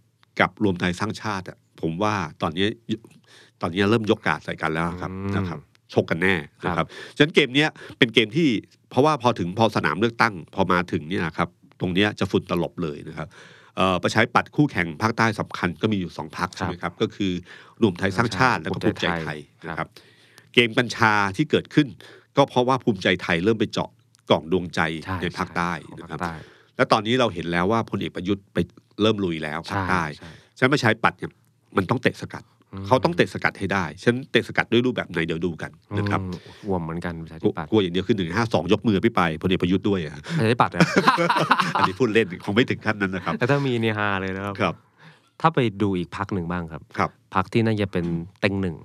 กับรวมไทยสร้างชาติอะผมว่าตอนเนี้ยตอนเนี้ยเริ่มยกการดใส่กันแล้วครับ อืม นะครับชกกันแน่นะครับฉะนั้นเกมเนี้ยเป็นเกมที่เพราะว่าพอถึงพอสนามเลือกตั้ง พอมาถึงเนี่ยครับตรงเนี้ยจะฝุ่นตลบเลยนะครับเอ่อประชาธิปัดคู่แข่งภาคใต้สำคัญก็มีอยู่สองพักใช่ไหมครับก็คือรวมไทยสร้างชาติแล้วก็ภูมิใจไทยนะครับ เกมกัญชาที่เกิดขึ้น ก็เพราะว่าภูมิใจไทยเริ่มไปเจาะกล่องดวงใจ ใช่ ในภาคใต้ ของ นะครัภาค บ ใต้ และตอนนี้เราเห็นแล้วว่าพลเอกประยุทธ์ไปเริ่มลุยแล้วภาคใต้ ใช่ ฉะนันประชาธิปัตย์เนี่ยมันต้องเตะสกัด อืม เขาต้องเตะสกัดให้ได้ฉะนันเตะสกัดด้วยรูปแบบไหนเดี๋ยวดูกันนะครับ อืมห่วมเหมือนกันประชาก ลั ธิ ว ปัตย์ กลัวอย่างเดียวคือหนึ่งห้าสองยกมือพี่ไปพลเอกประยุทธ์ด้วยอะ ประชาธิปัตย์ครับ อันนี้พูดเล่นคงไม่ถึงขั้นนั้นนะครับ แต่ถ้ามีเนี่ยฮาเลยนะครับ ครับ ถ้าไปดูอีกพักหนึ่งบ้างครับ ครับ พักที่น่าจะเป็นเต็งหนึ่ง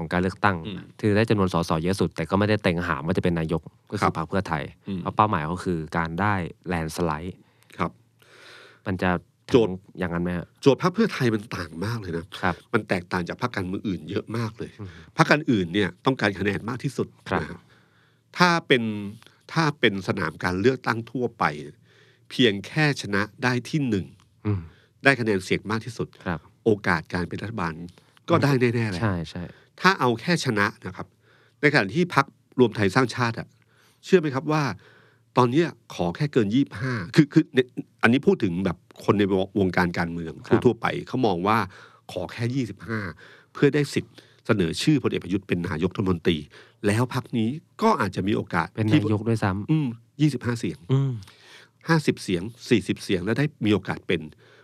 ของการเลือกตั้ง อืม ที่ได้จำนวนสสเยอะสุด แต่ก็ไม่ได้เต็งหามว่าจะเป็นนายกก็ ค คื รั อบ พรรคเพื่อไทย อืม เพราะเป้าหมายเขาคือการได้แลนสไลด์ ครับ มันจะ โจทย์ ถึงอย่างนั้นไหมฮะ โจทย์พรรคเพื่อไทยมันต่างมากเลยนะครับ มันแตกต่างจากพรรคการเมืองอื่นเยอะมากเลย อืม พรรคการอื่นเนี่ยต้องการคะแนนมากที่สุด ครับ นะฮะถ้าเป็นถ้าเป็นสนามการเลือกตั้งทั่วไป เพียงแค่ชนะได้ที่หนึ่ง อืม ได้คะแนนเสียงมากที่สุด ครับ โอกาสการเป็นรัฐบาลก็ได้แน่ๆแหละ ใช่ใช่ ถ้าเอาแค่ชนะนะครับ ในขณะที่พักรวมไทยสร้างชาติอะเชื่อไหมครับว่า ตอนเนี้ยขอแค่เกินยี่ห้าคือคือในอันนี้พูดถึงแบบคนในวงการการเมืองทั่วๆไปเขามองว่าขอแค่ยี่สิบห้าเพื่อได้สิทธิ์เสนอชื่อพลเอกประยุทธ์เป็นนายกรัฐมนตรี แล้วพักนี้ก็อาจจะมีโอกาส เป็น ที่ นายกด้วยซ้ำ อืมยี่สิบห้าเสียง อืม ห้าสิบเสียงสี่สิบเสียงแล้วได้มีโอกาสเป็น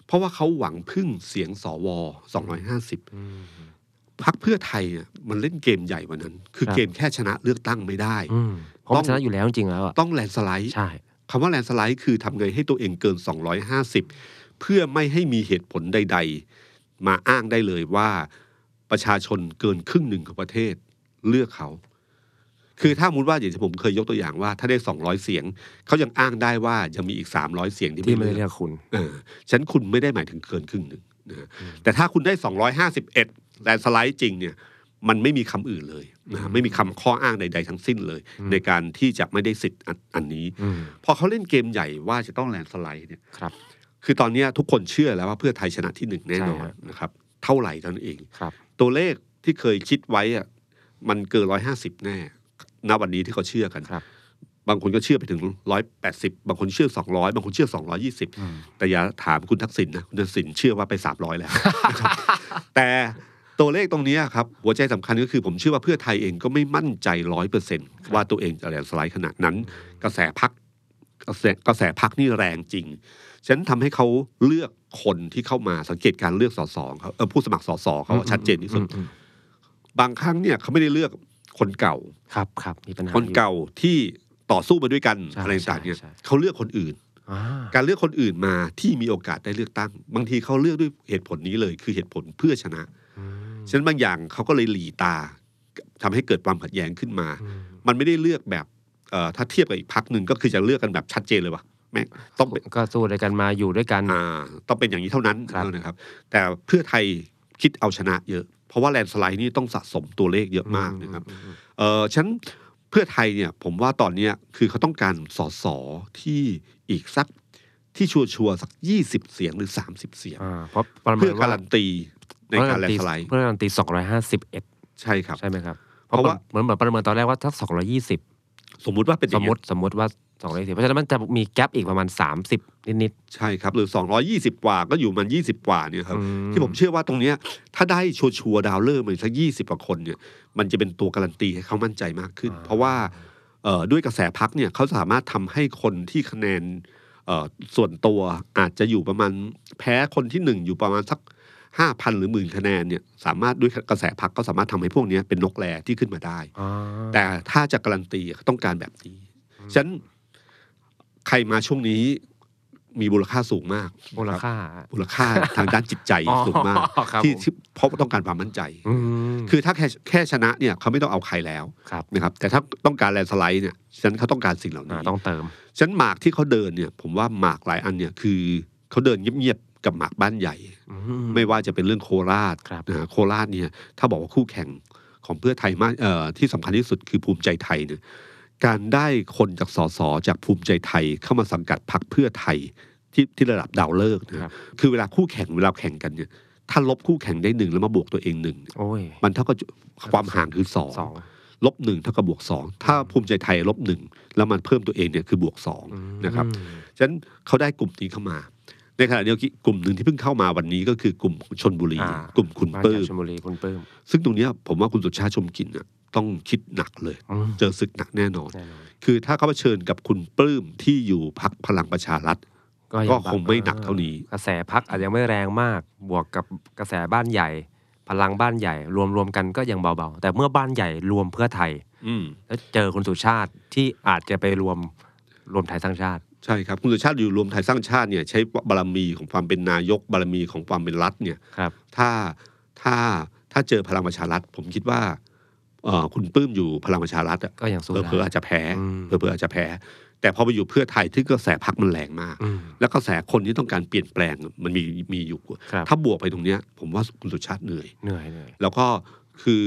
เพราะว่าเขาหวังพึ่งเสียงสวสองร้อยห้าสิบ อืม พักเพื่อไทยเนี่ยมันเล่นเกมใหญ่กว่านั้น คือ ครับ เกมแค่ชนะเลือกตั้งไม่ได้ อืมเพราะมันชนะอยู่แล้วจริงๆแล้วอ่ะ ต้องแลนด์สไลด์ ใช่ คำว่าแลนด์สไลด์คือทำไงให้ตัวเองเกิน 250 เพื่อไม่ให้มีเหตุผลใด ๆ มาอ้างได้เลยว่า ประชาชนเกินครึ่งหนึ่งของประเทศเลือกเขา คือถ้ามุดว่าอย่างที่ผมเคยยกตัวอย่างว่า ถ้าได้ 200 เสียงเขายังอ้างได้ว่ายังมีอีก 300 เสียงที่ ที่ ไม่ ไม่ เลือกได้เลือกคุณ เออฉะนันคุณไม่ได้หมายถึงเกินครึ่งหนึ่งนะฮะแต่ถ้าคุณได้ 251แลนด์สไลด์จริงเนี่ยมันไม่มีคำอื่นเลยนะฮะไม่มีคำข้ออ้างใด ๆ ทั้งสิ้นเลย ในการที่จะไม่ได้สิทธิ์อันอันนี้ อืม พอเขาเล่นเกมใหญ่ว่าจะต้องแลนด์สไลด์เนี่ย ครับ คือตอนเนี้ยทุกคนเชื่อแล้วว่าเพื่อไทยชนะที่หนึ่งแน่นอ ใช่ น ฮะ นะครับเท่าไหร่เท่านั้นเอง ครับ ตัวเลขที่เคยคิดไว้อะมันเกินร้อยห้าสิบแน่ณวันนี้ที่เขาเชื่อกัน ครับ บางคนก็เชื่อไปถึง 180 บางคนเชื่อ 200 บางคนเชื่อ อืม 220 แต่อย่าถามคุณทักษิณนะ คุณทักษิณเชื่อว่าไป 300 แล้ว แต่ตัวเลขตรงเนี้ยครับ หัวใจสำคัญก็คือผมเชื่อว่าเพื่อไทยเองก็ไม่มั่นใจ 100%ว่าตัวเองจะแลนด์สไลด์ขนาดนั้น กระแสพักกระแสกระแสพักนี่แรงจริง ฉะนั้นทำให้เขาเลือกคนที่เข้ามาสังเกตการเลือกสสของเขาเอ่อผู้สมัครสสเขาอะชัดเจนที่สุด อืม บางครั้งเนี่ยเขาไม่ได้เลือกคนเก่า ครับครับมีปัญหา คนเก่าที่ต่อสู้มาด้วยกัน ใช่ อะไรต่างๆเนี่ย ใช่ใช่ เขาเลือกคนอื่น อ่า การเลือกคนอื่นมาที่มีโอกาสได้เลือกตั้ง บางทีเขาเลือกด้วยเหตุผลนี้เลย คือเหตุผลเพื่อชนะ อืม ฉะนั้นบางอย่างเขาก็เลยหลีตาทำให้เกิดความขัดแย้งขึ้นมา อืม มันไม่ได้เลือกแบบเอ่อถ้าเทียบกับอีกพักหนึ่งก็คือจะเลือกกันแบบชัดเจนเลยว่ะแม่งต้องเป็น ก็สู้ด้วยกันมาอยู่ด้วยกัน อ่าต้องเป็นอย่างนี้เท่านั้น ครับ เออนะครับ แต่เพื่อไทยคิดเอาชนะเยอะ เพราะว่าแลนด์สไลด์นี่ต้องสะสมตัวเลขเยอะมากนะครับ อืมอืม เออฉะนันเพื่อไทยเนี่ยผมว่าตอนเนี้ยคือเขาต้องการสอสอที่อีกสักที่ชัวชัวร์ๆสัก 20 เสียงหรือ 30 เสียง อ่าเพราะประมาณ เพื่อ ว่ การันตีในการแลนด์สไลด์ เพื่อการันตี251 ใช่ครับ ใช่ไหมครับ เพราะว่า เหมือนเหมือนประเมินตอนแรกว่าถ้า220 สมมุติว่าเป็นอ ส ย่าม ง ม เงี้ย ติสมมติว่า2 1 0เพราะฉะนั้นมันจะมีแกลบอีกประมาณ 30 นิดนิด ใช่ครับ หรือ 220 กว่าก็อยู่มัน 20 กว่าเนี่ยครับ อืม ที่ผมเชื่อว่าตรงเนี้ยถ้าได้ชัวชัวร์ๆดาวเลอร์มาอีกสัก 20กว่าคนเนี่ยมันจะเป็นตัวการันตีให้เขามั่นใจมากขึ้น เพราะว่าเอ่อด้วยกระแสพักเนี่ยเขาสามารถทำให้คนที่คะแนน เอ่อส่วนตัวอาจจะอยู่ประมาณแพ้คนที่หนึ่งอยู่ประมาณสักห้าพันหรือหมื่นคะแนนเนี่ยสามารถด้วยกระแสพักก็สามารถทำให้พวกเนี้ยเป็นนกแรที่ขึ้นมาได้ ๆอ่า แต่ถ้าจะการันตีต้องการแบบนี้ฉะนันใครมาช่วงนี้มีมูลค่าสูงมาก มูลค่า มูล ค่าทางด้านจิตใจ อ๋อ สูงมาก ครับ ที่ ผม ที่เพราะต้องการความมั่นใจ อืม คือถ้าแค่แค่ชนะเนี่ยเขาไม่ต้องเอาใครแล้ว ครับ นะครับ แต่ถ้าต้องการแลนด์สไลด์เนี่ยฉะนันเขาต้องการสิ่งเหล่า อ่า นี้ ต้องเติม ฉะนันหมากที่เขาเดินเนี่ยผมว่าหมากหลายอันเนี่ยคือเขาเดินเงียบๆกับหมากบ้านใหญ่ อื ไม่ว่าจะเป็นเรื่องโคราช ครับ นะฮะโคราชเนี่ยถ้าบอกว่าคู่แข่งของเพื่อไทยมากเอ่อที่สำคัญที่สุดคือภูมิใจไทยเนี่ยการได้คนจากสสจากภูมิใจไทยเข้ามาสังกัดพรรคเพื่อไทยที่ที่ระดับดาวเลิกษ์นะ ครั ฮะ บ คือเวลาคู่แข่งเวลาแข่งกันเนี่ยถ้าลบคู่แข่งได้หนึ่งแล้วมาบวกตัวเองหนึ่งเนี่ย โอ้ย มันเท่ากับความห่างคือสอง สอง ลบหนึ่งเท่ากับบวกสองถ้าภูมิใจไทยลบหนึ่งแล้วมันเพิ่มตัวเองเนี่ยคือบวกสองนะครับฉะนั้นเขาได้กลุ่มนี้เข้ามา ในขณะเดียวกันกลุ่มหนึ่งที่เพิ่งเข้ามาวันนี้ก็คือกลุ่มชนบุรี อ่า กลุ่มคุณ บ้าน ปื้ จาก ม ชลบุรีคุณปลื้ม ซึ่งตรงเนี้ยผมว่าคุณสุชาติชมกลินน่ะต้องคิดหนักเลย อืม เจอศึกหนักแน่นอน แน่นอน คือถ้าเขาเผชิญกับคุณปลื้มที่อยู่พักพลังประชารัฐ ยัง ก็คง บ้ ไม่หนักเท่านี้ กระแสพักอาจจะยังไม่แรงมาก บวกกับกระแสบ้านใหญ่ พลังบ้านใหญ่ รวมรวมกันก็ยังเบาๆ แต่เมื่อบ้านใหญ่รวมเพื่อไทย อืม แล้วเจอคุณสุชาติที่อาจจะไปรวมรวมไทยสร้างชาติ ใช่ครับคุณสุชาติอยู่รวมไทยสร้างชาติเนี่ยใช้บารมีของความเป็นนายกบารมีของความเป็นรัฐเนี่ย ครับ ถ้าถ้าถ้าเจอพลังประชารัฐ ผมคิดว่าเอ่อคุณปลื้มอยู่พลังประชารัฐอะ ก็ยังสู้ได้ เผลอๆอาจจะแพ้ อืม เผลอๆอาจจะแพ้ แต่พอไปอยู่เพื่อไทยที่กระแสพักมันแรงมาก อืม แล้วกระแสคนที่ต้องการเปลี่ยนแปลงมันมีมีอยู่ ครับ ถ้าบวกไปตรงเนี้ย ผมว่าคุณสุชาติเหนื่อย เหนื่อยเหนื่อย แล้วก็คือ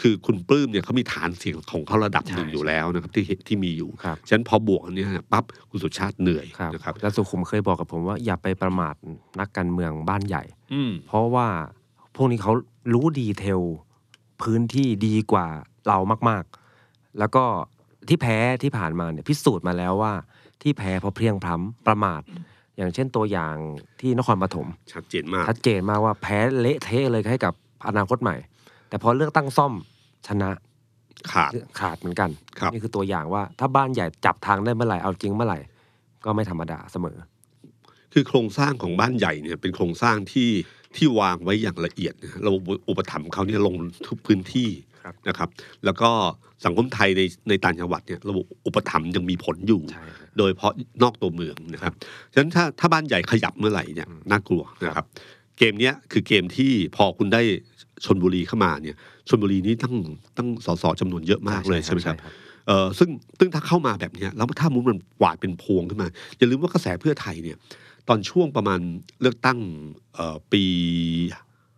คือคุณปลื้มเนี่ยเขามีฐานเสียงของเขาระดับหนึ่ง ใช่ อยู่แล้วนะครับที่เห็นที่มีอยู่ ครับ ฉะนั้นพอบวกอันเนี้ยปั๊บคุณสุชาติเหนื่อย ครับ นะครับ แล้วสุขุมเคยบอกกับผมว่าอย่าไปประมาทนักการเมืองบ้านใหญ่ อืม เพราะว่าพวกนี้เขารู้ดีเทลพื้นที่ดีกว่าเรามาก ๆ แล้วก็ที่แพ้ที่ผ่านมาเนี่ยพิสูจน์มาแล้วว่า ที่แพ้เพราะเพลียงพล้ำประมาท อย่างเช่นตัวอย่างที่นครปฐม ชัดเจนมาก ชัดเจนมากว่าแพ้เละเทะเลยให้กับอนาคตใหม่ แต่พอเลือกตั้งซ่อมชนะ ขาด ขาดเหมือนกัน ครับ นี่คือตัวอย่างว่าถ้าบ้านใหญ่จับทางได้เมื่อไหร่ เอาจริงเมื่อไหร่ ก็ไม่ธรรมดาเสมอ คือโครงสร้างของบ้านใหญ่เนี่ยเป็นโครงสร้างที่ที่วางไว้อย่างละเอียดนะระบบอุปถัมภ์เขาเนี่ยลงทุกพื้นที่ ครับ นะครับ แล้วก็สังคมไทยในในต่างจังหวัดเนี่ยระบบอุปถัมภ์ยังมีผลอยู่ ใช่ โดยเฉพาะนอกตัวเมืองนะครับฉะนั้นถ้าถ้าบ้านใหญ่ขยับเมื่อไหร่เนี่ยน่ากลัวนะครับ เกมเนี้ยคือเกมที่พอคุณได้ ชนบุรีเข้ามาเนี่ยชนบุรีนี่ตั้งตั้งสสจำนวนเยอะมากเลยใช่ไหมครับ เอ่อซึ่งซึ่งถ้าเข้ามาแบบเนี้ยแล้วถ้ามุนมันกวาดเป็นพวงขึ้นมา อย่าลืมว่ากระแสเพื่อไทยเนี่ย ตอนช่วงประมาณเลือกตั้งเอ่อปี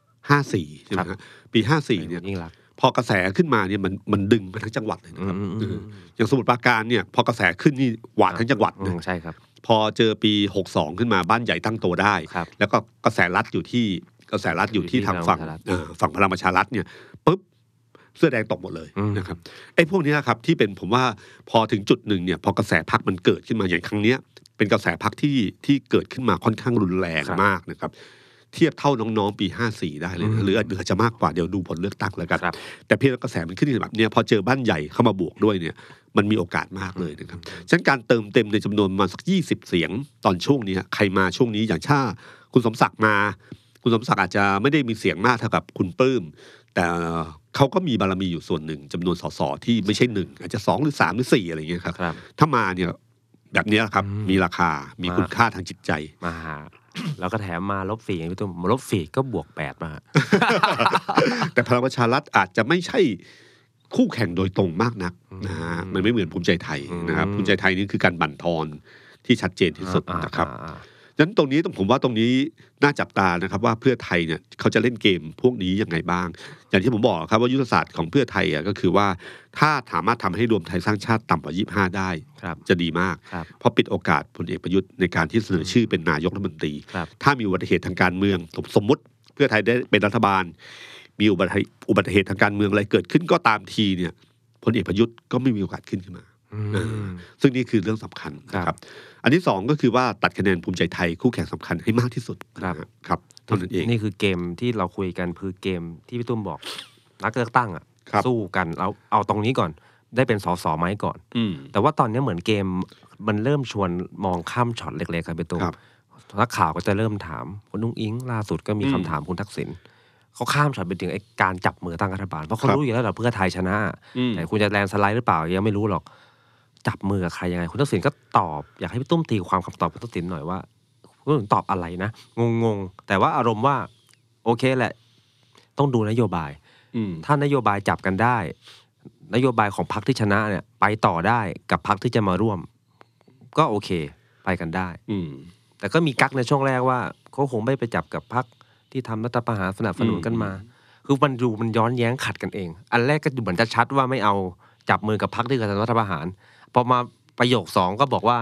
54 ใช่ไหม ครั ฮะ บ ปี 54 เนี่ย ยิ่งรักษณ์ พอกระแสขึ้นมาเนี่ยมันมันดึงมาทั้งจังหวัดเลย อื นะครับ ม เอออย่างสมุทรปราการเนี่ยพอกระแสขึ้นนี่หวาดทั้งจังหวัด อื นะ มใช่ครับ พอเจอปี 62 ขึ้นมาบ้านใหญ่ตั้งโตได้ ครับ แล้วก็กระแสรัฐอยู่ที่กระแสรัฐอยู่ที่ อยู่ที่ ทางฝั่ง พลังประชารัฐ เอ่อฝั่งพลังประชารัฐเนี่ยปุ๊บเสื้อแดงตกหมดเลย อืม นะครับไอ้พวกเนี้ยครับที่เป็นผมว่าพอถึงจุดหนึ่งเนี่ยพอกระแสพักมันเกิดขึ้นมาอย่างครั้งเนี้ยเป็นกระแสพักที่ที่เกิดขึ้นมาค่อนข้างรุนแรงมากนะครับ เทียบเท่าน้องๆ ปี 54 ได้เลยนะหรือหรืออาจจะมากกว่าเดี๋ยวดูผลเลือกตั้งแล้วกัน ครับ แต่เพียงแต่กระแสมันขึ้นอย่างแบบเนี้ยพอเจอบ้านใหญ่เข้ามาบวกด้วยเนี่ยมันมีโอกาสมากเลยนะครับฉะนั้นการเติมเต็มในจำนวนประมาณสักยี่สิบเสียงตอนช่วงเนี้ยใครมาช่วงนี้อย่างถ้าคุณสมศักดิ์มา คุณสมศักดิ์อาจจะไม่ได้มีเสียงมากเท่ากับคุณปลื้มแต่เขาก็มีบารมีอยู่ส่วนหนึ่งจำนวนสสที่ไม่ใช่หนึ่งอาจจะสองหรือสามหรือสี่อะไรอย่างเงี้ยครับ ครับ ถ้ามาเนี่ยแบบเนี้ยครับ อืม มีราคามีคุณค่าทางจิตใจ มา หา แล้วก็แถมมาลบสี่อย่างพี่ตุ้มลบสี่ก็บวกแปดมา แต่พลังประชารัฐอาจจะไม่ใช่คู่แข่งโดยตรงมากนักนะฮะมันไม่เหมือนภูมิใจไทยนะครับ อืม ภูมิใจไทยนี่คือการบั่นทอนที่ชัดเจนที่สุด อ่า นะครับ อ่าอ่า ดังนั้นตรงนี้ต้องผมว่าตรงนี้น่าจับตานะครับว่าเพื่อไทยเนี่ยเขาจะเล่นเกมพวกนี้ยังไงบ้าง อย่างที่ผมบอกครับว่ายุทธศาสตร์ของเพื่อไทยอ่ะก็คือว่าถ้าสามารถทำให้รวมไทยสร้างชาติต่ำกว่า 25 ได้ ครับ จะดีมาก ครับ เพราะปิดโอกาสพลเอกประยุทธ์ในการที่เสนอชื่อเป็นนายกรัฐมนตรี ครับ ถ้ามีอุบัติเหตุทางการเมืองสมสมมติเพื่อไทยได้เป็นรัฐบาล มีอุบัติเหตุอุบัติเหตุทางการเมืองอะไรเกิดขึ้นก็ตามทีเนี่ยพลเอกประยุทธ์ก็ไม่มีโอกาสขึ้นขึ้นมา อืม เออ ซึ่งนี่คือเรื่องสำคัญนะคครั รั บบ อันที่สองก็คือว่าตัดคะแนนภูมิใจไทยคู่แข่งสำคัญให้มากที่สุด ครับ นะฮะครับเท่านั้นเอง นี่คือเกมที่เราคุยกันคือเกมที่พี่ตุ้มบอก นักเลือกตั้งอ่ะ ครับ สู้กันเอาเอาตรงนี้ก่อน ได้เป็นสสไหมก่อน อืม แต่ว่าตอนนี้เหมือนเกมมันเริ่มชวนมองข้ามช็อตเล็กๆครับพี่ตุ้ม ครับ นักข่าวก็จะเริ่มถามคุณนุ้งอิงล่าสุดก็มี อืม คำถามคุณทักษิณเขาข้ามช็อตไปถึงไอ้การจับมือตั้งรัฐบาลเพราะเขา ครับ รู้อยู่แล้วแหละเพื่อไทยชนะ อืม แต่คุณจะแลนด์สไลด์หรือเปล่ายังไม่รู้หรอก จับมือกับใครยังไง คุณทักษิณก็ตอบอยากให้พี่ตุ้มตีความคำตอบคุณทักษิณหน่อยว่าคุณทักษิณตอบอะไรนะงงๆแต่ว่าอารมณ์ว่าโอเคแหละ ต้องดูนโยบาย อืม ถ้านโยบายจับกันได้ นโยบายของพรรคที่ชนะเนี่ย ไปต่อได้กับพรรคที่จะมาร่วม ก็โอเค ไปกันได้ อืม แต่ก็มีกักในช่วงแรกว่าเขาคงไม่ไปจับกับพรรคที่ทำรัฐประหารสนับสนุนกันมา คือมันดูมันย้อนแย้งขัดกันเอง อันแรกก็ดูเหมือนจะชัดว่าไม่เอาจับมือกับพรรคที่กระทำรัฐประหารพอมาประโยคสองก็บอกว่า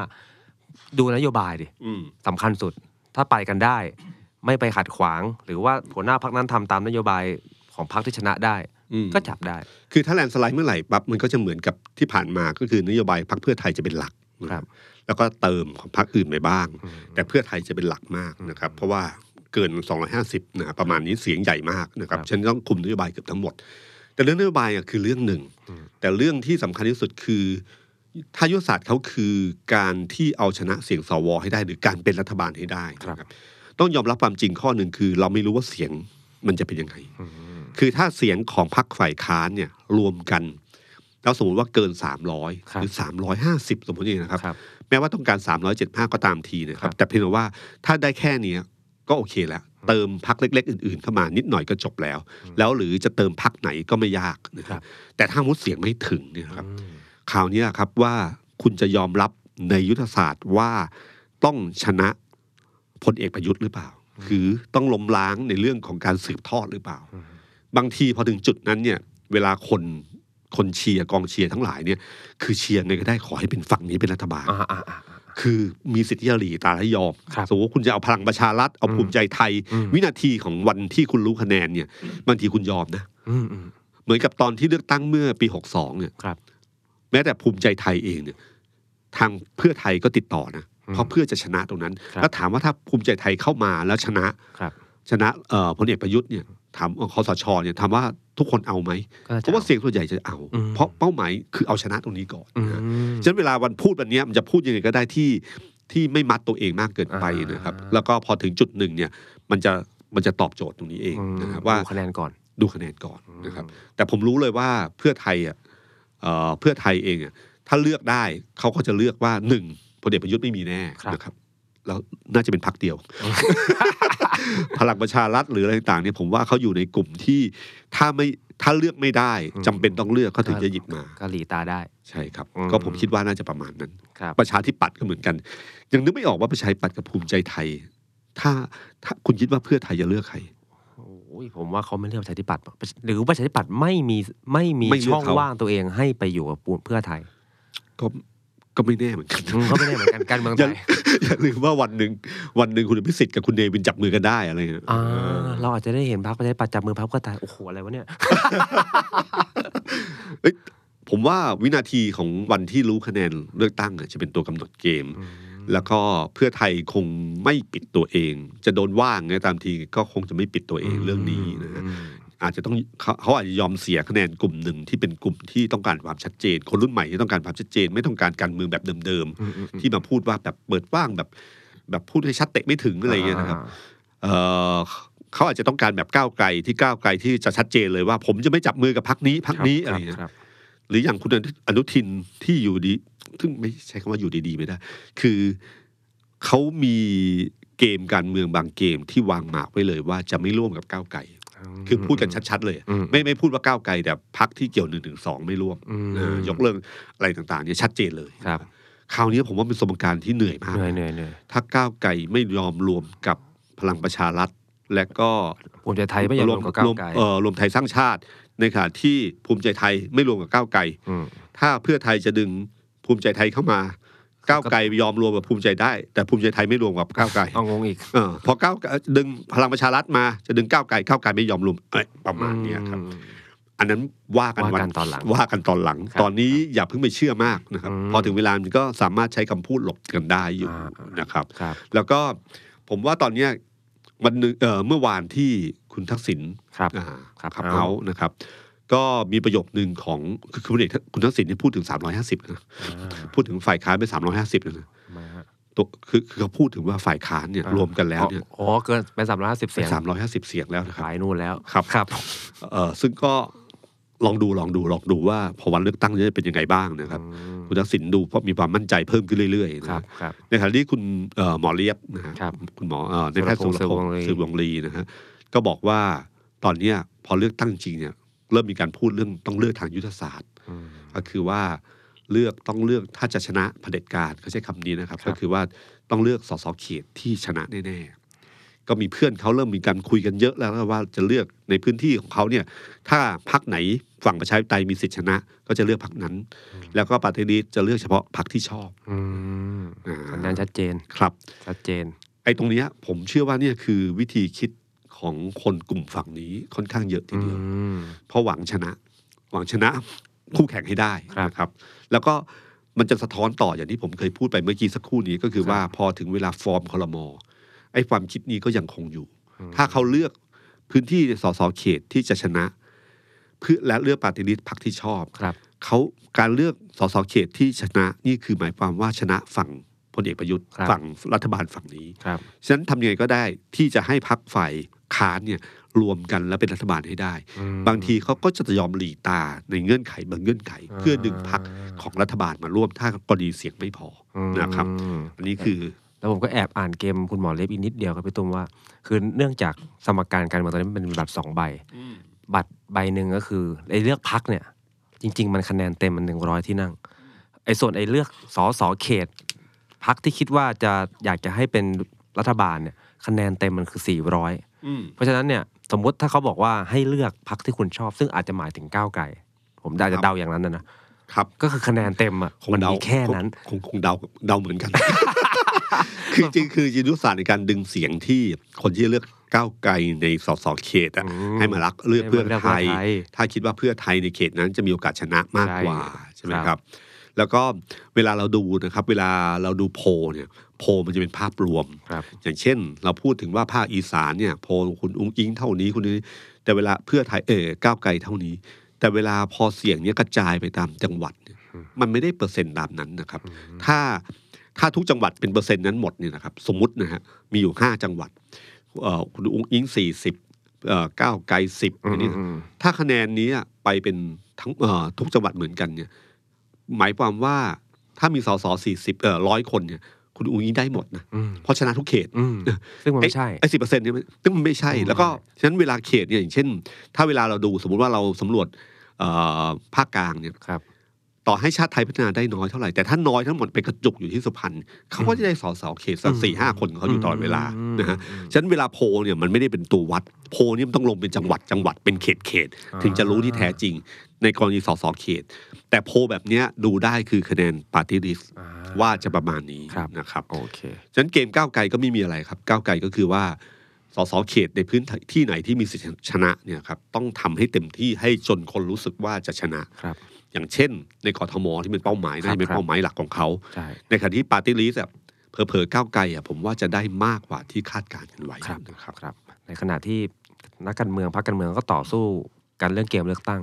ดูนโยบายดิ อืม สำคัญสุดถ้าไปกันได้ ไม่ไปขัดขวาง หรือว่าหัวหน้าพักนั้นทำตามนโยบายของพักที่ชนะได้ อืม ก็จับได้ คือถ้าแลนด์สไลด์เมื่อไหร่ปั๊บมันก็จะเหมือนกับที่ผ่านมาก็คือนโยบายพรรคเพื่อไทยจะเป็นหลักนะครับ แล้วก็เติมของพรรคอื่นไปบ้าง แต่เพื่อไทยจะเป็นหลักมากนะครับ เพราะว่าเกิน 250นะประมาณนี้เสียงใหญ่มากนะครับ ครับ ฉันต้องคุมนโยบายเกือบทั้งหมด แต่เรื่องนโยบายอะคือเรื่องหนึ่ง แต่เรื่องที่สำคัญที่สุดคือถ้ายุทธศาสตร์เขาคือการที่เอาชนะเสียงสวให้ได้ หรือการเป็นรัฐบาลให้ได้นะครับ ต้องยอมรับความจริงข้อหนึ่งคือ เราไม่รู้ว่าเสียงมันจะเป็นยังไง คือถ้าเสียงของพรรคฝ่ายค้านเนี่ยรวมกัน แล้วสมมติว่าเกิน 300 ครับ หรือ 350 สมมตินี่นะครับ ครับ แม้ว่าต้องการ 375 ก็ตามทีนะค ครั รับ บ แต่เพียงแต่ว่าถ้าได้แค่เนี้ยก็โอเคแล้ว เติมพักเล็ก ๆ อื่น ๆ เข้ามานิดหน่อยก็จบแล้ว แล้วหรือจะเติมพักไหนก็ไม่ยากนะครับ แต่ถ้ามุดเสียงไม่ถึงเนี่ยนะครับ ข่าวเนี้ยครับว่าคุณจะยอมรับในยุทธศาสตร์ว่าต้องชนะพลเอกประยุทธ์หรือเปล่า คือต้องล้มล้างในเรื่องของการสืบทอดหรือเปล่า บางทีพอถึงจุดนั้นเนี่ย เวลาคนคนเชียร์กองเชียร์ทั้งหลายเนี่ย คือเชียร์ไงก็ได้ขอให้เป็นฝั่งนี้เป็นรัฐบาล อ่าอ่าอ่า คือมีสิทธิจะหลีตาและยอม ครับ สมมติว่าคุณจะเอาพลังประชารัฐเอาภูมิใจไทย อืม วินาทีของวันที่คุณรู้คะแนนเนี่ยบางทีคุณยอมนะ อืมอืม เหมือนกับตอนที่เลือกตั้งเมื่อปี 62เนี่ย ครับ แม้แต่ภูมิใจไทยเองเนี่ยทางเพื่อไทยก็ติดต่อนะ อืม เพราะเพื่อจะชนะตรงนั้น ครับ แล้วถามว่าถ้าภูมิใจไทยเข้ามาแล้วชนะครับ ชนะเอ่อพลเอกประยุทธ์เนี่ยถามเอ่อคอสชเนี่ยถามว่าทุกคนเอาไหม ก็น่จ เพราะว่าเสียงส่วนใหญ่จะเอา อืม เพราะเป้าหมายคือเอาชนะตรงนี้ก่อน อืม นะฉะนั้นเวลาวันพูดวันเนี้ยมันจะพูดยังไงก็ได้ที่ที่ไม่มัดตัวเองมากเกินไปนะครับ อ่า แล้วก็พอถึงจุดหนึ่งเนี่ยมันจะมันจะตอบโจทย์ตรงนี้เองนะครับว่า ดูคะแนนก่อน ดูคะแนนก่อนนะครับแต่ผมรู้เลยว่าเพื่อไทยอ่ะเอ่อเพื่อไทยเองอ่ะถ้าเลือกได้เขาก็จะเลือกว่าหนึ่งพลเอกประยุทธ์ไม่มีแน่ ครับ นะครับแล้วน่าจะเป็นพักเดียว พลังประชารัฐหรืออะไรต่างๆเนี่ยผมว่าเขาอยู่ในกลุ่มที่ถ้าไม่ถ้าเลือกไม่ได้ อืม จำเป็นต้องเลือกเขาถึงจะหยิบมา ก็หลีตาได้ ใช่ครับ อืม ก็ผมคิดว่าน่าจะประมาณนั้น ครับ ประชาธิปัตย์ก็เหมือนกัน ยังนึกไม่ออกว่าประชาธิปัตย์กับภูมิใจไทย ถ้าถ้าคุณคิดว่าเพื่อไทยจะเลือกใคร โอ้ยผมว่าเขาไม่เลือกประชาธิปัตย์หรอกหรือประชาธิปัตย์ไม่มีไม่มี ไม่เลือก ช่อง เขา ว่างตัวเองให้ไปอยู่กับเพื่อไทย ก็ก็ไม่แน่เหมือนกัน อืมก็ไม่ได้เหมือนกันการเมือง อ ไท ย่าย อย่าลื มว่าวันหนึ่งวันหนึ่งคุณพิสิทธิ์กับคุณเนวินจับมือกันได้อะไรเงี้ย อ่า เออ เราอาจจะได้เห็นพรรคประชาธิปัตย์จับมือพรรคเพื่อไทยโอ้โหอะไรวะเนี่ย ผมว่าวินาทีของวันที่รู้คะแนนเลือกตั้งอะจะเป็นตัวกำหนดเกม แล้วก็เพื่อไทยคงไม่ปิดตัวเอง จะโดนว่างไงตามทีก็คงจะไม่ปิดตัวเองเรื่องนี้นะฮะ อาจจะต้องเขาเขาอาจจะยอมเสียคะแนนกลุ่มหนึ่งที่เป็นกลุ่มที่ต้องการความชัดเจน คนรุ่นใหม่ที่ต้องการความชัดเจน ไม่ต้องการการเมืองแบบเดิม อืมอืมอืม ที่มาพูดว่าแบบเปิดว่างแบบ แบบพูดให้ชัดเตะไม่ถึงอะไรอย่างเงี้ยนะครับเอ่อเขาอาจจะต้องการแบบก้าวไกลที่ก้าวไกลที่จะชัดเจนเลยว่า ผมจะไม่จับมือกับพักนี้พักนี้อะไรอย่างเงี้ย ครับ หรืออย่างคุณอนุทินที่อยู่ดีซึ่งไม่ใช้คำว่าอยู่ดีๆไม่ได้ คือเขามีเกมการเมืองบางเกมที่วางหมากไว้เลยว่าจะไม่ร่วมกับก้าวไกล ม คือพูดกันชัดๆเลย อืม ไม่ไม่พูดว่าก้าวไกลแต่พักที่เกี่ยวหนึ่งถึงสองไม่ร่วม อืม เออยกเลิกอะไรต่างๆเนี่ยชัดเจนเลย ครับ คราวนี้ผมว่าเป็นสมการที่เหนื่อยมาก เหนื่อยเหนื่อยเหนื่อย ถ้าก้าวไกลไม่ยอมรวมกับพลังประชารัฐ และก็ ภูมิใจไทยไม่ยอมรวมกับก้าวไกล เอ่อรวมไทยสร้างชาติในขณะที่ภูมิใจไทยไม่รวมกับก้าวไกล ม ถ้าเพื่อไทยจะดึงภูมิใจไทยเข้ามา ก้าวไกลยอมรวมกับภูมิใจได้ แต่ภูมิใจไทยไม่รวมกับก้าวไกล เอางงอีก เออพอก้าวไกลดึงพลังประชารัฐมาจะดึงก้าวไกลก้าวไกลไม่ยอมรวมเอ้ยประมาณเนี้ยครับ อืม อันนั้นว่ากัน ว่ากันตอนหลัง ว่ากันตอนหลัง ครับ ตอนนี้อย่าเพิ่งไปเชื่อมากนะครับ อืม พอถึงเวลามันก็สามารถใช้คำพูดหลบกันได้อยู่ อ่า นะครับ ครับ แล้วก็ผมว่าตอนเนี้ยวันหนึงเอ่อเมื่อวานที่คุณทักษิณ ครับ อ่า ครับ ขับ เอา เฮาส์นะครับ ก็มีประโยคหนึ่งของคือคุณเอกคุณทักษิณเนี่ยพูดถึง 350นะพูดถึงฝ่ายค้านไป350นะ มาฮะ ตัวคือคือเขาพูดถึงว่าฝ่ายค้านเนี่ยรวมกันแล้วเนี่ย อ๋ออ๋อเกินไปสามร้อยห้าสิบ เป็ เสี น ยง 350 เสียงแล้วนะครับ ขายนู่นแล้ว ครับ ครับ เออซึ่งก็ลองดูลองดูลองดูว่าพอวันเลือกตั้งจะเป็นยังไงบ้างนะครับ อืม คุณทักษิณดูเพราะมีความมั่นใจเพิ่มขึ้นเรื่อยๆ ครับ นะ ครับ ในขณะที่คุณเอ่อหมอเลียบนะฮะ ครับ คุณหมอเอ่อในแพทย์ สุ สุ ร ร พ พ ง ง ษ์ ศ์ สื สื บบ ว ว ง ง ลี ลีนะฮะก็บอกว่าตอนเนี้ยพอเลือกตั้งจริงเนี่ยเริ่มมีการพูดเรื่องต้องเลือกทางยุทธศาสตร์ อืม ก็คือว่าเลือกต้องเลือกถ้าจะชนะเผด็จการเขาใช้คำนี้นะครับ ครับ ก็คือว่าต้องเลือกสสเขตที่ชนะแน่ๆก็มีเพื่อนเขาเริ่มมีการคุยกันเยอะแล้วนะว่าจะเลือกในพื้นที่ของเขาเนี่ยถ้าพักไหนฝั่งประชาธิปไตยมีสิทธิชนะ ก็จะเลือกพักนั้น แล้วก็ปฏิริษจะเลือกเฉพาะพักที่ชอบ อืม อ่า สัญญาณชัดเจน ครับ ชัดเจน ไอ้ตรงเนี้ยผมเชื่อว่าเนี่ยคือวิธีคิดของคนกลุ่มฝั่งนี้ค่อนข้างเยอะทีเดียว อืม เพราะหวังชนะ หวังชนะคู่แข่งให้ได้ ครับ นะครับ แล้วก็มันจะสะท้อนต่ออย่างที่ผมเคยพูดไปเมื่อกี้สักครู่นี้ก็คือว่าพอถึงเวลาฟอร์มคอรมอไอ้ความคิดนี้ก็ยังคงอยู่ อืม ถ้าเขาเลือกพื้นที่สสเขตที่จะชนะ เพื่อและเลือกปฏิริษพักที่ชอบ ครับ เขาการเลือกสสเขตที่ชนะนี่คือหมายความว่าชนะฝั่งพลเอกประยุทธ์ ครับ ฝั่งรัฐบาลฝั่งนี้ ครับ ฉะนั้นทำยังไงก็ได้ที่จะให้พักฝ่ายค้านเนี่ยรวมกันและเป็นรัฐบาลให้ได้ อืม บางทีเขาก็จะยอมหลีตาในเงื่อนไขบางเงื่อนไข อ่า เพื่อดึงพักของรัฐบาลมาร่วมถ้ากรณีเสียงไม่พอ อืม นะครับ อันนี้คือ แล้วผมก็แอบอ่านเกมคุณหมอเล็บอีกนิดเดียวครับพี่ตุ้มว่า คือเนื่องจากสมการการเมืองตอนนี้มันเป็นบัตรสองใบ บัตรใบหนึ่งก็คือไอ้เลือกพักเนี่ย จริง ๆ มันคะแนนเต็มมันหนึ่งร้อยที่นั่งไอ้ส่วนไอ้เลือกสอสอเขตพักที่คิดว่าจะอยากจะให้เป็นรัฐบาลเนี่ยคะแนนเต็มมันคือสี่ร้อย อืม เพราะฉะนั้นเนี่ยสมมติถ้าเขาบอกว่าให้เลือกพักที่คุณชอบ ซึ่งอาจจะหมายถึงก้าวไกลผมอาจจะเดาอย่างนั้นนะนะครับ ก็คือคะแนนเต็มอ่ะมันมีแค่นั้น คงคงเดาเดาเหมื อนกัน คือจริงๆคือยุทธศาสตร์ในการดึงเสียงที่คนที่เลือกก้าวไกลในสสเขตอะ อืม ให้มารักเลือกเพื่อ ให้มาเลือกไทเพื่อย ไทย ถ้าคิดว่าเพื่อไทยในเขตนั้นจะมีโอกาสชนะมากกว่า ใช่ ใช่ไหม ค ครัรับ บ แล้วก็เวลาเราดูนะครับ เวลาเราดูโพลเนี่ยโพลมันจะเป็นภาพรวม ครับ อย่างเช่น เราพูดถึงว่าภาคอีสานเนี่ยโพลคุณอุ้งอิงเท่านี้คุณนี้แต่เวลาเพื่อไทยเออก้าวไกลเท่านี้ แต่เวลาพอเสียงเนี่ยกระจายไปตามจังหวัดเนี่ยมันไม่ได้เปอร์เซ็นต์ตามนั้นนะครับ ถ้าถ้าทุกจังหวัดเป็นเปอร์เซ็นต์นั้นหมดเนี่ยนะครับสมมตินะฮะมีอยู่ 5 จังหวัดเอ่อคุณอุ้งอิง 40เอ่อก้าวไกล10อันนี้ อืมอืม ถ้าคะแนนนี้ไปเป็นทั้งเอ่อทุกจังหวัดเหมือนกันเนี่ย หมายความว่าถ้ามีสสสี่สิบเอ่อร้อยคนเนี่ย คุณอุ้งอิงได้หมดนะ อืม เพราะชนะทุกเขต อืมซึ่งมันไม่ใช่ ไอ้สิบเปอร์เซ็นต์นี่ยมันซึ่งมันไม่ใช่ อืม แล้วก็ฉะนั้นเวลาเขตเนี่ยอย่างเช่น ถ้าเวลาเราดูสมมุติว่าเราสำรวจเอ่อภาคกลางเนี่ย ครับ ต่อให้ชาติไทยพัฒนาได้น้อยเท่าไหร่ แต่ถ้าน้อยทั้งหมดไปกระจุกอยู่ที่สุพรรณเขาก็จะได้สอสอเขตสัก อืม สี่ห้าคนของเขาอยู่ตลอดเวลา อืม นะฮะฉะนั้นเวลาโพลเนี่ยมันไม่ได้เป็นตัววัด โพลเนี่ยมันต้องลงเป็นจังหวัดจังหวัดเป็นเขตเขต อ่า ถึงจะรู้ที่แท้จริง ในกรณีสสเขต แต่โพลแบบเนี้ยดูได้คือคะแนนปาร์ตี้ลิส อ่ ว่าจะประมาณนี้ ครับ นะครับ โอเค ฉะนั้นเกมก้าวไกลก็ไม่มีอะไรครับ ก้าวไกลก็คือว่า สสเขตในพื้นที่ไหนที่มีสิทธิชนะเนี่ยครับต้องทำให้เต็มที่ให้จนคนรู้สึกว่าจะชนะ ครับ อย่างเช่น ในกทมที่เป็นเป้าหมาย ครั นะ บ เป็นเป้าหมายหลักของเขา ใช่ ในขณะที่ปาร์ตี้ลิสต์อะเผลอๆก้าวไกลอ่ะผมว่าจะได้มากกว่าที่คาดการณ์กันไว้ ครับ นะครับ ครับในขณะที่นักการเมืองพรรคการเมืองก็ต่อสู้กันเรื่องเกมเลือกตั้ง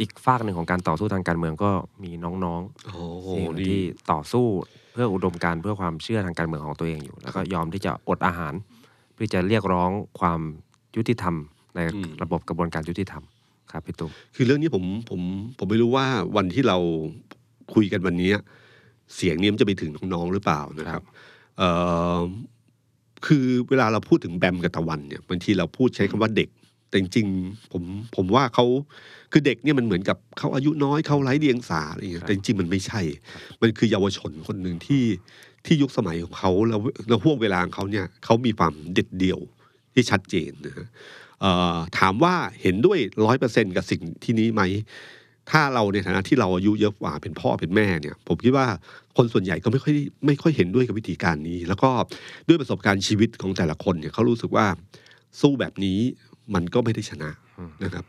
อีกฝากหนึ่งของการต่อสู้ทางการเมืองก็มีน้อง โอ้ ๆ โห เอง นี่ ที่ต่อสู้เพื่ออุดมการณ์เพื่อความเชื่อทางการเมืองของตัวเองอยู่ แล้วก็ยอมที่จะอดอาหาร เพื่อจะเรียกร้องความยุติธรรมใน อืม ระบบกระบวนการยุติธรรมครับพี่ตุ้ม คือเรื่องนี้ผมผมผมไม่รู้ว่าวันที่เราคุยกันวันนี้ เสียงนี้มันจะไปถึงน้องๆหรือเปล่านะครับเอ่อคือเวลาเราพูดถึงแบมกับตะวันเนี่ยบางทีเราพูดใช้คำว่าเด็ก แต่จริงๆผมผมว่าเขาคือเด็กเนี่ยมันเหมือนกับเขาอายุน้อยเขาไร้เดียงสาอะไรอย่างเงี้ยแต่จริงๆมันไม่ใช่ มันคือเยาวชนคนหนึ่งที่ที่ยุคสมัยของเขาแล้วแล้วห่วงเวลาของเขาเนี่ยเขามีความเด็ดเดี่ยวที่ชัดเจนนะฮะ เอ่อถามว่าเห็นด้วยร้อยเปอร์เซ็นกับสิ่งที่นี้ไหม ถ้าเราในฐานะที่เราอายุเยอะกว่าเป็นพ่อเป็นแม่เนี่ย ผมคิดว่าคนส่วนใหญ่ก็ไม่ค่อยไม่ค่อยเห็นด้วยกับวิธีการนี้ แล้วก็ด้วยประสบการณ์ชีวิตของแต่ละคนเนี่ยเขารู้สึกว่าสู้แบบนี้มันก็ไม่ได้ชนะนะครับ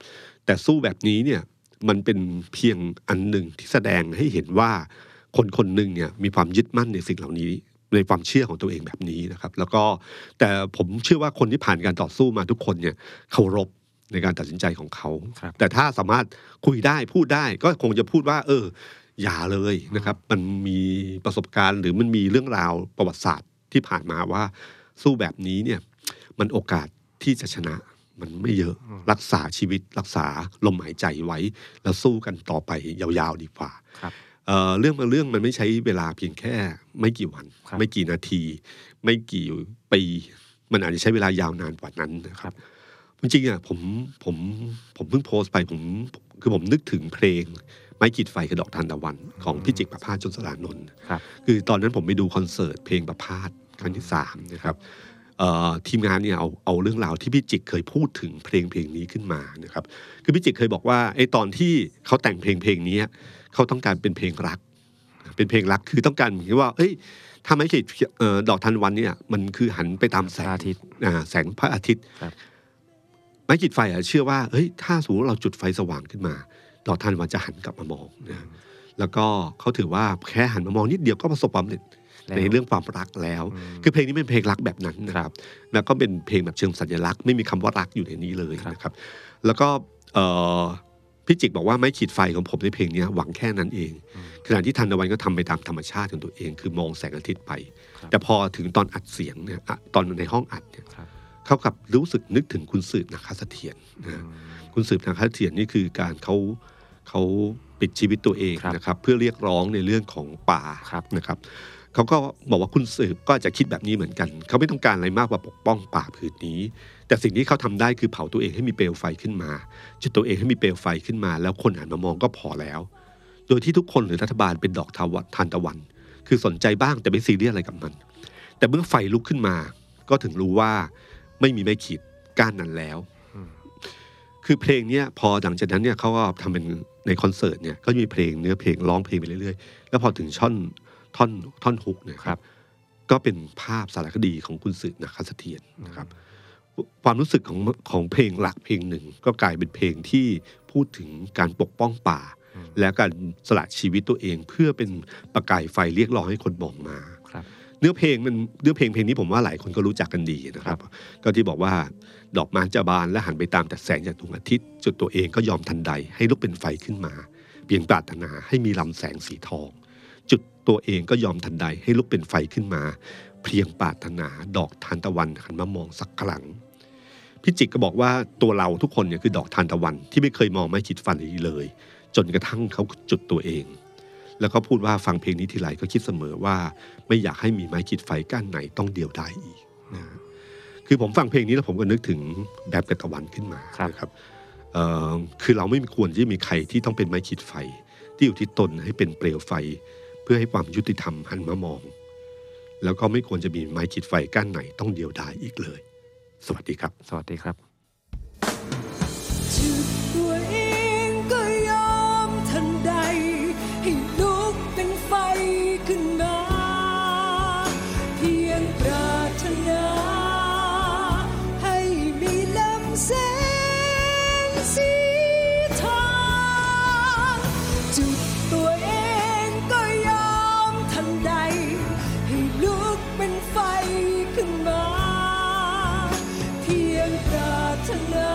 แต่สู้แบบนี้เนี่ยมันเป็นเพียงอันหนึ่งที่แสดงให้เห็นว่าคนคนหนึ่งเนี่ยมีความยึดมั่นในสิ่งเหล่านี้ ในความเชื่อของตัวเองแบบนี้นะครับ แล้วก็แต่ผมเชื่อว่าคนที่ผ่านการต่อสู้มาทุกคนเนี่ยเคารพในการตัดสินใจของเขา ครับ แต่ถ้าสามารถคุยได้พูดได้ก็คงจะพูดว่า เออ อย่าเลยนะครับ มันมีประสบการณ์หรือมันมีเรื่องราวประวัติศาสตร์ที่ผ่านมาว่า สู้แบบนี้เนี่ย มันโอกาสที่จะชนะ มันไม่เยอะรักษาชีวิต รักษาลมหายใจไว้ แล้วสู้กันต่อไปยาวๆดีกว่า ครับ เอ่อเรื่องบางเรื่องมันไม่ใช้เวลาเพียงแค่ ไม่กี่วัน ครับ ไม่กี่นาที ไม่กี่ปีมันอาจจะใช้เวลายาวนานกว่านั้นนะครับ จริงๆอ่ะผมผมผมเพิ่งโพสต์ไปผมคือผมนึกถึงเพลง ไม้กีดไฟกระดอกทานตะวัน ของพี่จิกประภาสจนสลานนท์ ครับ คือตอนนั้นผมไปดูคอนเสิร์ตเพลงประภาสครั้งที่สามนะครับเอ่อทีมงานเนี่ยเอาเอาเรื่องราวที่พี่จิกเคยพูดถึงเพลงเพลงนี้ขึ้นมานะครับคือพี่จิกเคยบอกว่าไอ้ตอนที่เขาแต่งเพลงเพลงนี้เขาต้องการเป็นเพลงรัก เป็นเพลงรักคือต้องการเหมือนกับว่าเอ้ยทำให้เขตเอ่อดอกทานตะวันเนี่ยมันคือหันไปตามแส พ ง ระอาทิตย์ อ่าแสงพระอาทิตย์ ครับ ไม้ขีดไฟอ่ะเชื่อว่าเฮ้ยถ้าสมมติเราจุดไฟสว่างขึ้นมา ดอกทานตะวันจะหันกลับมามองนะแล้วก็เขาถือว่าแค่หันมามองนิดเดียวก็ประสบความสำเร็จในเรื่องความรักแล้ว คือเพลงนี้เป็นเพลงรักแบบนั้นนะครับ แล้วก็เป็นเพลงแบบเชิงสัญลักษณ์ไม่มีคำว่ารักอยู่ในนี้เลย ครับ นะครับ แล้วก็เอ่อพี่จิกบอกว่าไม้ขีดไฟของผมในเพลงเนี้ยหวังแค่นั้นเอง ขณะที่ทันตะวันก็ทำไปตามธรรมชาติของตัวเอง คือมองแสงอาทิตย์ไป ครับ แต่พอถึงตอนอัดเสียงเนี่ยอะตอนในห้องอัดเนี่ย ครับ เขากลับรู้สึกนึกถึงคุณสืบนาคาเสถียรนะ คุณสืบนาคาเสถียรนี่คือการเขาเขาปิดชีวิตตัวเอง ครับ นะครับ เพื่อเรียกร้องในเรื่องของป่า ครับ นะครับเขาก็บอกว่าคุณสืบก็อาจจะคิดแบบนี้เหมือนกัน เขาไม่ต้องการอะไรมากกว่าปกป้องป่าผืนนี้ แต่สิ่งที่เขาทำได้คือเผาตัวเองให้มีเปลวไฟขึ้นมา จุดตัวเองให้มีเปลวไฟขึ้นมา แล้วคนหันมามองก็พอแล้ว โดยที่ทุกคนหรือรัฐบาลเป็นดอกทาวะทานตะวัน คือสนใจบ้างแต่ไม่ซีเรียสอะไรกับมัน แต่เมื่อไฟลุกขึ้นมา ก็ถึงรู้ว่าไม่มีไม่ขีดก้านนั้นแล้ว คือเพลงเนี้ยพอหลังจากนั้นเนี่ยเขาก็ทำเป็นในคอนเสิร์ตเนี่ยก็จะมีเพลงเนื้อเพลงร้องเพลงไปเรื่อยๆ แล้วพอถึงช่อนท่อนท่อนฮุกเนี่ย ครับ ก็เป็นภาพสารคดีของคุณสืบนาคเสถียรนะครับ ความรู้สึกของของเพลงหลักเพลงหนึ่ง ก็กลายเป็นเพลงที่พูดถึงการปกป้องป่า อืม และการสละชีวิตตัวเอง เพื่อเป็นประกายไฟเรียกร้องให้คนมองมา ครับ เนื้อเพลงมันเนื้อเพลงเพลงนี้ผมว่าหลายคนก็รู้จักกันดีนะครับ ก็ที่บอกว่าดอกไม้จะบานและหันไปตามแต่แสงจากดวงอาทิตย์จุดตัวเองก็ยอมทันใด ให้ลุกเป็นไฟขึ้นมา เปลี่ยนปรารถนาให้มีลำแสงสีทอง จุดตัวเองก็ยอมทันใด ให้ลุกเป็นไฟขึ้นมา เพียงปรารถนาดอกทานตะวันหันมามองสักครั้งพิจิกก็บอกว่าตัวเราทุกคนเนี่ยคือดอกทานตะวันที่ไม่เคยมองไม่คิดฟันนี้เลย จนกระทั่งเขาจุดตัวเอง แล้วก็พูดว่าฟังเพลงนี้ทีไรก็คิดเสมอว่า ไม่อยากให้มีไม้ขีดไฟก้านไหนต้องเดียวได้อีกนะฮะคือผมฟังเพลงนี้แล้วผมก็นึกถึงแบบกระตะวันขึ้นมา ครับ นะครับเอ่อคือเราไม่ควรที่มีใครที่ต้องเป็นไม้ขีดไฟ ที่อยู่ที่ตนให้เป็นเปลวไฟ เพื่อให้ความยุติธรรมหันมามอง แล้วก็ไม่ควรจะมีไม้ขีดไฟก้านไหนต้องเดียวดายอีกเลย สวัสดีครับ สวัสดีครับ จิตตัวเองก็ยอมทันใด ให้ลุกเป็นไฟขึ้นมา เพียงปรารถนา ให้มีลำแสงสีทองจุดตัวเองก็ยอมทันใด ให้ลุกเป็นไฟขึ้นมา เพียงปรารถนา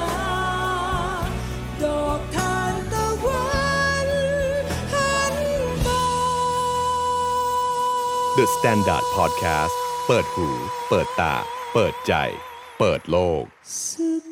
ดอกทานตะวันหันมา The Standard Podcast เปิดหูเปิดตา เปิดใจ เปิดโลก ศึก